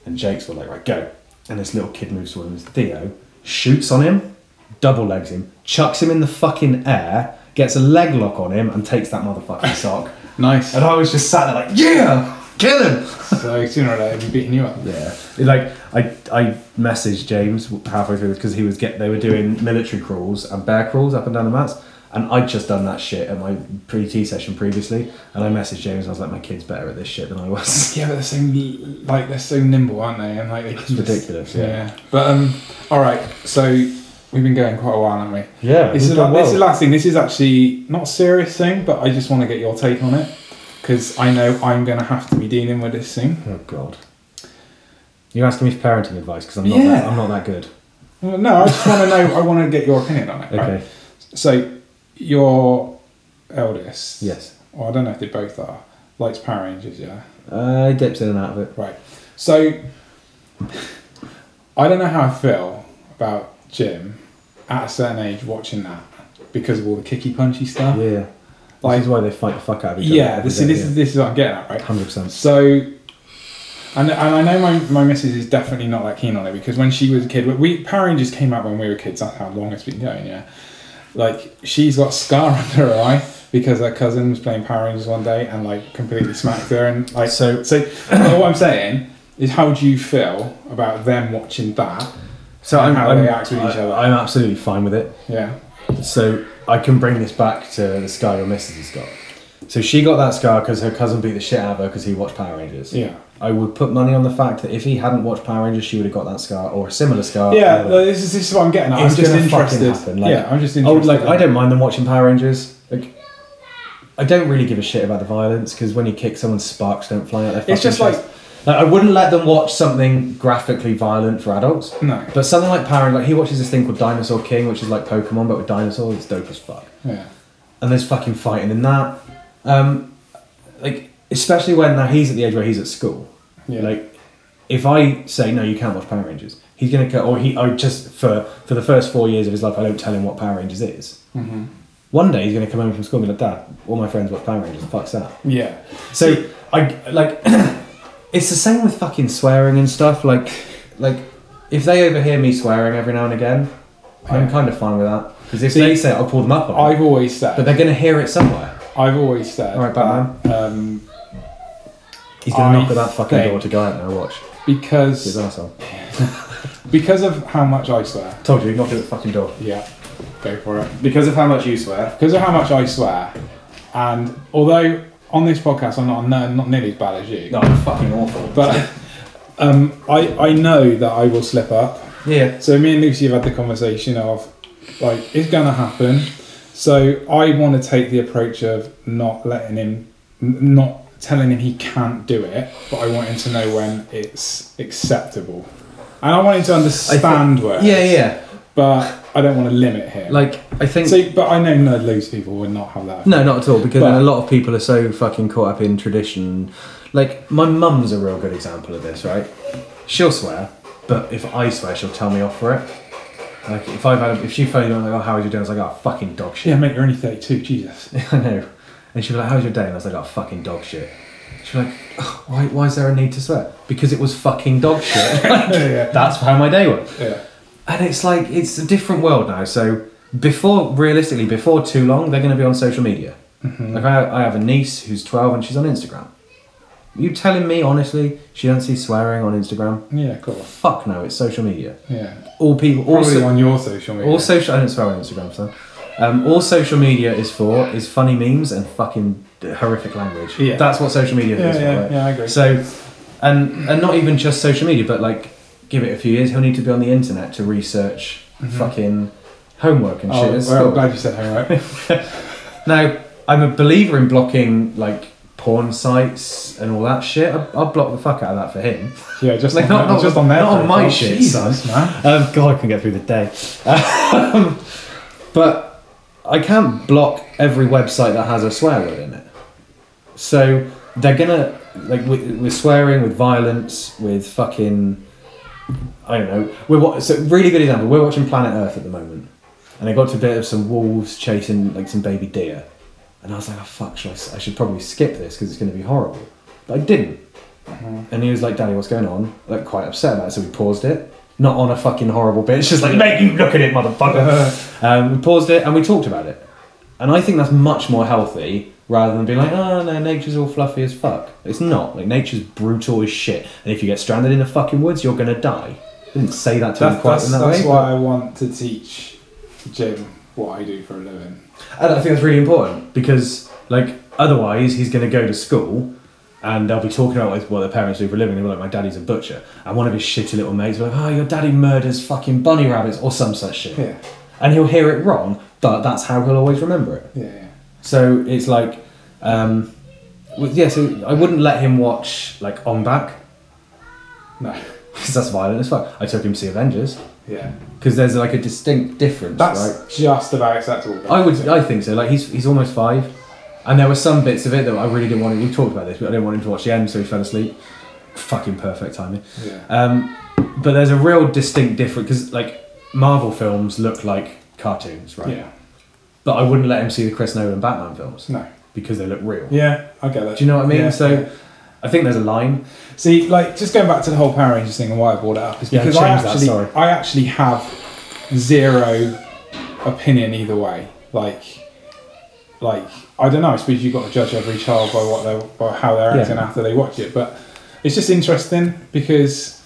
And Jake's were like, right, go. And this little kid moves towards him. Theo shoots on him, double legs him, chucks him in the fucking air, gets a leg lock on him, and takes that motherfucking sock. Nice. And I was just sat there like, yeah, kill him. so sooner or later, he'll be beating you up. Yeah, It, like I, I messaged James halfway through because he was get they were doing military crawls and bear crawls up and down the mats, and I'd just done that shit at my PT session previously, and I messaged James. I was like, my kid's better at this shit than I was. Yeah, but they're so like they're so nimble, aren't they? And like they can just- ridiculous, yeah. But um, all right. So we've been going quite a while, haven't we? Yeah, This we've is, done la- this is well. the last thing. This is actually not a serious thing, but I just want to get your take on it because I know I'm going to have to be dealing with this soon. Oh god. You're asking me for parenting advice because I'm not that, Yeah. I'm not that good. Well, Uh, No, I just want to know. I want to get your opinion on it. Okay. right? So your eldest. Yes. Well, Oh, I don't know if they both are. Likes Power Rangers, yeah. Uh, he dips in and out of it. Right. So I don't know how I feel about Jim at a certain age watching that because of all the kicky punchy stuff. Yeah. This Like- is why they fight the fuck out of each other. Yeah, this, this is this is what I'm getting at, right? hundred percent. So, and, and I know my, my missus is definitely not that keen on it because when she was a kid, we Power Rangers came out when we were kids. That's how long it's been going. Yeah, like she's got scar under her eye because her cousin was playing Power Rangers one day and like completely smacked her and like So- So what I'm saying is, how do you feel about them watching that? So and I'm, how I'm, they act with each I- other. I'm absolutely fine with it. Yeah, So I can bring this back to the scar your missus has got. So she got that scar because her cousin beat the shit out of her because he watched Power Rangers. Yeah. I would put money on the fact that if he hadn't watched Power Rangers, she would have got that scar or a similar scar. yeah. Or- no, This is this is what I'm getting at. I'm It's just gonna fucking interested. happen, like- yeah, I'm just Oh, interested. like I don't mind them watching Power Rangers. Like, I don't really give a shit about the violence because when you kick someone, sparks don't fly out their. fucking just like- chest. like I wouldn't let them watch something graphically violent for adults. No. But something like Power, like he watches this thing called Dinosaur King, which is like Pokemon but with dinosaurs. It's dope as fuck Yeah. and there's fucking fighting in that. Um, like, especially when now he's at the age where he's at school. Yeah. Like, if I say no, you can't watch Power Rangers, he's gonna go. Or he, I just for for the first four years of his life, I don't tell him what Power Rangers is. Mm-hmm. One day he's gonna come home from school and be like, Dad, all my friends watch Power Rangers. Fuck's that. Yeah. So I like it's the same with fucking swearing and stuff. Like like if they overhear me swearing every now and again, I'm kind of fine with that because if they say it, I'll pull them up on. it. I've always said. but they're going to hear it somewhere. I've always said. All right, that, Um, He's going I to knock at that fucking think- door to go out now. Watch his because asshole. because of how much I swear. Told you, he knocked at the fucking door. Yeah, go for it. Because of how much you swear. Because of how much I swear, and although on this podcast I'm not I'm not nearly as bad as you, No, I'm fucking awful. but um, I I know that I will slip up. Yeah. So me and Lucy have had the conversation of like it's going to happen. So I want to take the approach of not letting him, n- not telling him he can't do it, but I want him to know when it's acceptable, and I want him to understand where. Yeah, yeah. But I don't want to limit him. Like I think. so, but I know no loads of people would not have that. No, not at all. Because But- then a lot of people are so fucking caught up in tradition. Like my mum's a real good example of this, right? She'll swear, but if I swear, she'll tell me off for it. Like if I've had, if she phoned me, I'm like, oh, how was your day? I was like, oh, fucking dog shit. Yeah, mate, you're only thirty-two. Jesus. I know. And she'd be like, How's your day? And I was like, Oh, fucking dog shit. She'd be like, "Oh, why, why is there a need to swear? Because it was fucking dog shit. Like, Yeah. That's how my day was. Yeah. And it's like, it's a different world now. So, before, realistically, before too long, they're going to be on social media. Like, I, I have a niece who's 12 and she's on Instagram. You telling me, honestly, she don't see swearing on Instagram? Yeah, of course. Fuck no, it's social media. Yeah. All people, all, Probably so- on your social media. all social. I don't swear on Instagram, son. Um, all social media is for is funny memes and fucking horrific language. Yeah. that's what social media Yeah, is yeah, for. right? yeah, I agree. So, and and not even just social media, but like, give it a few years, he'll need to be on the internet to research fucking homework and shit. Mm-hmm. Oh, at well, school. I'm glad you said homework. Now, I'm a believer in blocking like porn sites and all that shit. I, I'll block the fuck out of that for him. Yeah, just Like, on not- that- not- just on there. not on my shit, Jesus, man. Um, God, I can get through the day. Um, but I can't block every website that has a swear word in it. So they're gonna like with, with swearing, with violence, with fucking I don't know. We're wa- so really good example. We're watching Planet Earth at the moment, and I got to a bit of some wolves chasing like some baby deer, and I was like, oh fuck, should I, s- I should probably skip this because it's gonna be horrible. But I didn't. Mm-hmm. And he was like, Danny, what's going on? Like, quite upset about it. So we paused it. Not on a fucking horrible bit. It's just like, make you look at it, motherfucker. um, we paused it and we talked about it. And I think that's much more healthy rather than being like, oh no, nature's all fluffy as fuck. It's not. Like, nature's brutal as shit. And if you get stranded in the fucking woods, you're gonna die. I didn't say that to him That's, quite that's, in that that's way. why I want to teach Jim what I do for a living. And I think that's really important because, like, otherwise he's going to go to school and they'll be talking about what- what their parents do for a living. They'll be like, my daddy's a butcher. And one of his shitty little mates will be like, oh, your daddy murders fucking bunny rabbits or some such shit. Yeah. And he'll hear it wrong, but that's how he'll always remember it. Yeah, yeah. So it's like, um, well, yeah, so I wouldn't let him watch, like, On Back No. because that's violent as fuck. I took him to see Avengers Yeah. because there's, like, a distinct difference, That's right? just about acceptable. I would, I think so. Like he's he's almost five, and there were some bits of it that I really didn't want. Him, we talked about this, but I didn't want him to watch the end, so he fell asleep. Fucking perfect timing. Yeah. Um, but there's a real distinct difference because like Marvel films look like cartoons, right? Yeah. But I wouldn't let him see the Chris Nolan Batman films No. because they look real. Yeah, I get that. Do you know what I mean? Yeah. so I think there's a line. See, like, just going back to the whole Power Rangers thing and why I brought it up is Yeah, because I change that, actually, sorry. I actually have zero opinion either way. Like, like I don't know. I suppose you've got to judge every child by what they, by how they're Yeah. acting after they watch it. But it's just interesting because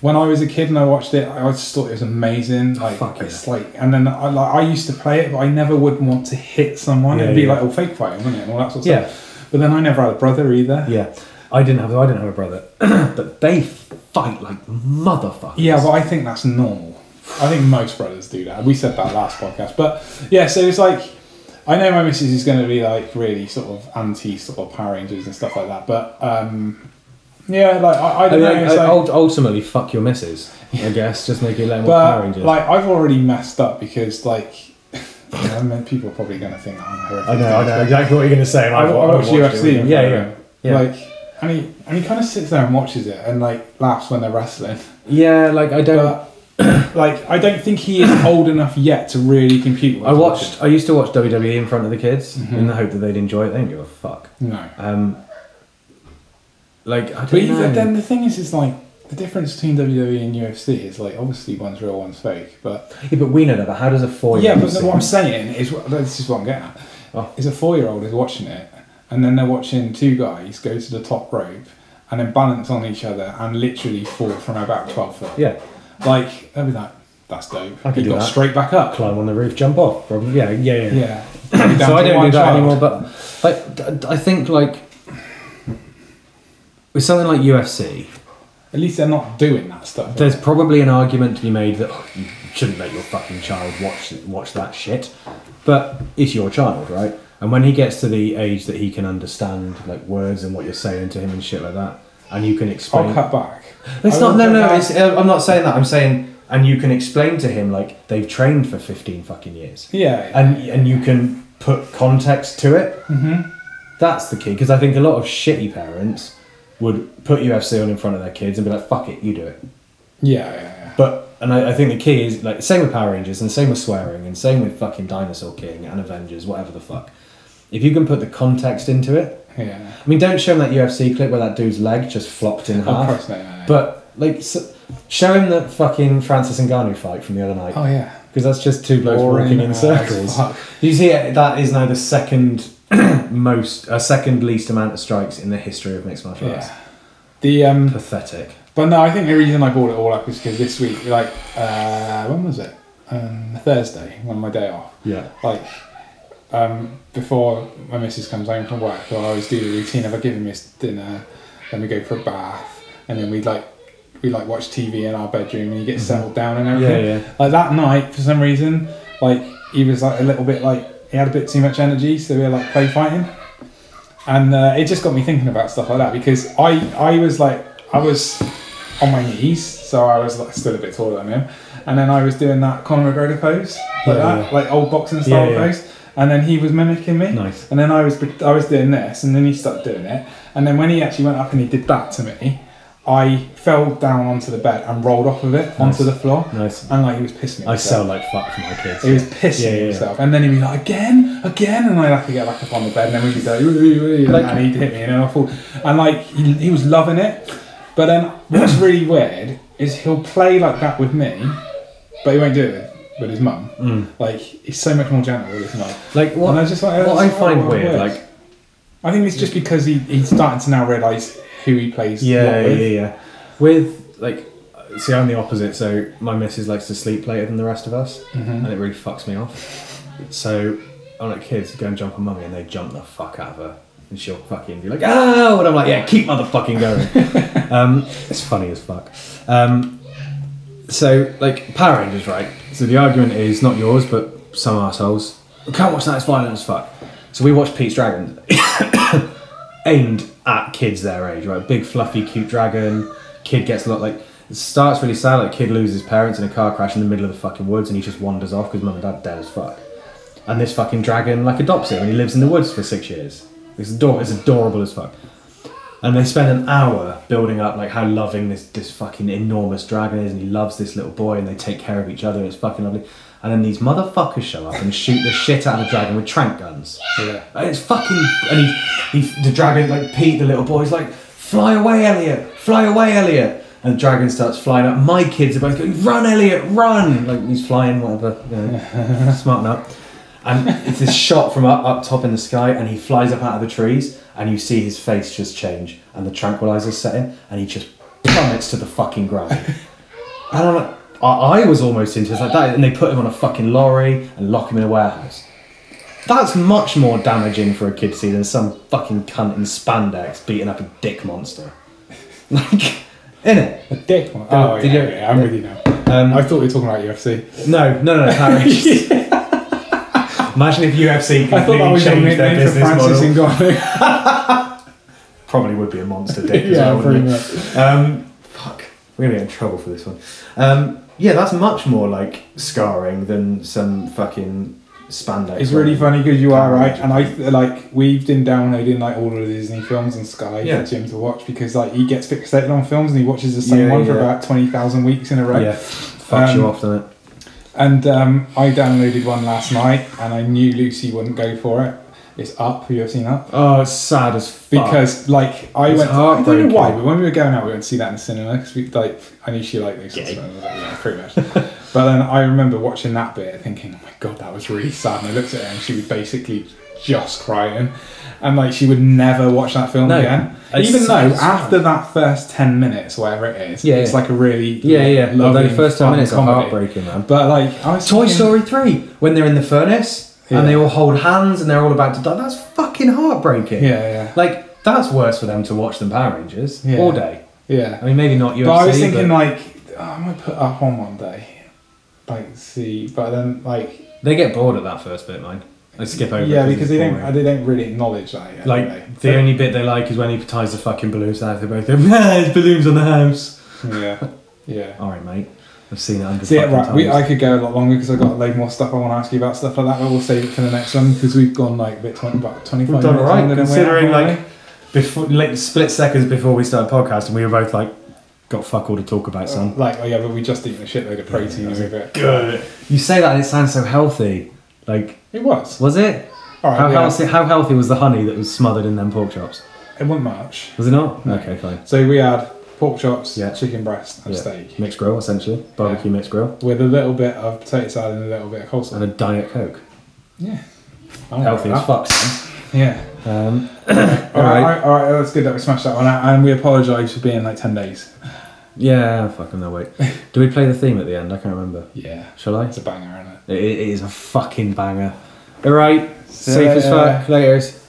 when I was a kid and I watched it, I just thought it was amazing. Like, fuck it's like, and then I like I used to play it, but I never would want to hit someone. Yeah, It'd be yeah. like all fake fighting, wouldn't it? And all that sort of Yeah. stuff. But then I never had a brother either. Yeah, I didn't have I didn't have a brother, but they fight like motherfuckers. Yeah, but I think that's normal. I think most brothers do that. We said that last podcast. But yeah, so it's like I know my missus is going to be like really sort of anti sort of Power Rangers and stuff like that. But um, yeah, like I, I I don't mean, know. it's like, like- ult- ultimately, fuck your missus. I guess just make it let more Power but Rangers. like I've already messed up because like I mean, people are probably going to think I'm horrific. exactly what you're going to say. I, I watch UFC. and Yeah, yeah, whatever. yeah. Like, and he and he kind of sits there and watches it and like laughs when they're wrestling. yeah, like I don't. but like I don't think he is old enough yet to really compute. What I he's watched. I used to watch WWE in front of the kids Mm-hmm. in the hope that they'd enjoy it. They didn't give a fuck. watching. No, Um, like I but don't know. even then the thing is, is like the difference between WWE and UFC is like obviously one's real, one's fake, but Yeah, but we know that. But how does a four? yeah. But what I'm saying is this is what I'm getting at. Oh. Is a four year old is watching it, and then they're watching two guys go to the top rope and then balance on each other and literally fall from about twelve foot. yeah, Like they'll be like, that's dope. I He could do got that. straight back up. climb on the roof, jump off. Probably. Yeah, yeah, yeah. Yeah. so I don't do that anymore. But like, I think like with something like UFC, At least they're not doing that stuff. there's probably an argument to be made that oh, you shouldn't let your fucking child watch watch that shit. But it's your child, right? And when he gets to the age that he can understand like words and what you're saying to him and shit like that, and you can explain. I'll cut back. It's I not. will No, cut no. back. It's, uh, I'm not saying that. I'm saying, and you can explain to him like they've trained for 15 fucking years, yeah. and and you can put context to it. Mm-hmm. That's the key because I think a lot of shitty parents would put UFC on in front of their kids and be like, "Fuck it, you do it." yeah, yeah, yeah. But and I, I think the key is like same with Power Rangers and same with swearing and same with fucking Dinosaur King and Avengers, whatever the fuck. If you can put the context into it, Yeah. I mean, don't show him that UFC clip where that dude's leg just flopped in half. Of course not. no, no. But like, s show him the fucking Francis and Ngannou fight from the other night. oh yeah, because that's just two blokes Boring walking in as circles. fuck. You see, uh, that is now the second most, uh, second least amount of strikes in the history of mixed martial arts. yeah. The um, Pathetic. but no, I think the reason I brought it all up is because this week, like, uh, when was it? Um, Thursday, on my day off. Yeah. Like, um, before my missus comes home from work, I always do the routine of I give him his dinner, then we go for a bath, and then we like we like watch TV in our bedroom, and he gets settled down and everything. Mm-hmm. Yeah, yeah. Like that night, for some reason, like he was like a little bit like he had a bit too much energy, so we were like play fighting, and uh, it just got me thinking about stuff like that because I I was like I was on my knees, so I was like still a bit taller than him, and then I was doing that Conor McGregor pose like Yeah, that, like old boxing style Yeah, yeah. pose. And then he was mimicking me. Nice. And then I was I was doing this, and then he started doing it. And then when he actually went up and he did that to me, I fell down onto the bed and rolled off of it onto the floor. Nice. And like he was pissing me. I off. sell like fuck for my kids. He was pissing Yeah, yeah, yeah. himself, and then he'd be like, "Again, again," and I'd have to get back up on the bed, and then we'd be like, "Woo, woo, woo," and Like- then he'd hit me, and then I thought, and like he, he was loving it. But then what's really weird is he'll play like that with me, but he won't do it with, with his mum. Like he's so much more gentle with his mum. Like what? And I just oh, like, what that's I not find how it weird, works. like I think it's just because he, he's starting to now realise who he plays. yeah, what with. yeah, yeah. With like, see, I'm the opposite. So my missus likes to sleep later than the rest of us, Mm-hmm. and it really fucks me off. So I'm like, kids, go and jump on mummy, and they jump the fuck out of her, and she'll fucking be like, oh, and I'm like, yeah, keep motherfucking going. um, it's funny as fuck. Um, so like Power Rangers, right? So the argument is not yours, but some assholes can't watch that. It's violent as fuck. So we watched Pete's Dragon aimed at kids their age, right? Big, fluffy, cute dragon. Kid gets a lot like. It starts really sad, like, kid loses his parents in a car crash in the middle of the fucking woods and he just wanders off because mum and dad are dead as fuck. And this fucking dragon, like, adopts him and he lives in the woods for six years. It's, ador- it's adorable as fuck. And they spend an hour building up, like, how loving this, this fucking enormous dragon is and he loves this little boy and they take care of each other and it's fucking lovely. And then these motherfuckers show up and shoot the shit out of the dragon with trank guns. Yeah. And it's fucking. And he, he, the dragon, like Pete, the little boy's like, fly away, Elliot, fly away, Elliot. And the dragon starts flying up. My kids are both going, run, Elliot, run. Like he's flying, whatever, you know, smarten up. And it's this shot from up, up top in the sky, and he flies up out of the trees, and you see his face just change, and the tranquilizer's set in, and he just plummets to the fucking ground. And I'm like, I, I was almost into this like that, and they put him on a fucking lorry and lock him in a warehouse. That's much more damaging for a kid to see than some fucking cunt in spandex beating up a dick monster. Like, in it? A dick one. Yeah, Oh, did yeah, you- yeah, I'm with you Mm. now. Um, I thought we were talking about UFC. No, no, no, Power Rangers. Imagine if UFC I thought that completely was your changed their nickname for business Francis model. Ngannou. Probably would be a monster dick. as well, yeah, wouldn't pretty it? much. Um, fuck, we're gonna get in trouble for this one. Um, yeah, that's much more like scarring than some fucking spandex. It's really funny because you are Power right, Rangers. and I th- like we've been downloading like all of the Disney films and Sky Yeah. for Jim to watch because like he gets fixated on films and he watches the same Yeah, one for yeah. about twenty thousand weeks in a row. um, Yeah, fucks you off, doesn't it? And um, I downloaded one last night, and I knew Lucy wouldn't go for it, It's Up. Have you ever seen Up? Oh, it's sad as fuck. Because like I went, I It's don't heartbreaking. know why, but when we were going out, we went to see that in the cinema because we like I knew she liked these sorts of Gay. films. I was like, yeah, pretty much. but then I remember watching that bit, and thinking, oh my god, that was really sad. And I looked at her, and she was basically just crying, and like she would never watch that film No. again. It's Even though sad as fuck. after that first ten minutes, whatever it is, Yeah, it's yeah. like a really yeah, yeah. Well, lovely the first ten fun minutes are comedy. heartbreaking, man. But like I was Toy thinking- Story 3, when they're in the furnace Yeah. and they all hold hands and they're all about to die, that's fucking heartbreaking. Yeah, yeah. Like, that's worse for them to watch than Power Rangers Yeah. all day. yeah, I mean, maybe not UFC. But I was thinking but like oh, I might put up on one day, like see. But then like they get bored at that first bit, mind. They skip over. it yeah, because it's they don't boring. they don't really acknowledge that. Yet, like do the they? only bit they like is when he ties the fucking balloons out. They both go, "Yeah, there's balloons on the house." yeah, yeah. All right, mate. I've seen it under So yeah, fucking right. We, times. I could go a lot longer because I got a load more stuff I want to ask you about stuff like that. But we'll save it for the next one because we've gone like a bit 20, about twenty We've five. done all right, considering like before, like split seconds before we started podcasting, we were both like, "Got fuck all to talk about, son." like oh yeah, but we just eaten a shitload of protein over it. Good. You say that and it sounds so healthy. Like, It was. was it? All right, how yeah. healthy? How healthy was the honey that was smothered in them pork chops? It wasn't much. Was it not? Okay, fine. So we had pork chops, Yeah. chicken breast, and Yeah. steak Mixed grill, essentially barbecue mixed grill, with a little bit of potato salad and a little bit of coleslaw. and a diet coke. Yeah. I'm Healthy as alright with fuck. Son. that. Yeah. Um, All right. Alright. All right. All right. That's good that we smashed that one out, and we apologise for being like ten days. Yeah, fucking no wait. Do we play the theme at the end? I can't remember. Yeah. Shall I? That's a banger, isn't it? It, it is a fucking banger. All right, See safe ya. as fuck. Layers.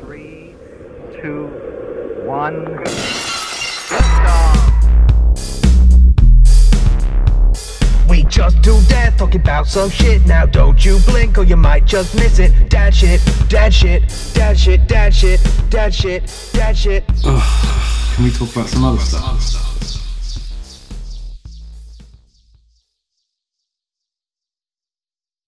Three, two, one. We just do that, talking about some shit. Now don't you blink or you might just miss it. Dad shit, dad shit, dad shit, dad shit, dad shit, dad shit. Can we talk about some other stuff?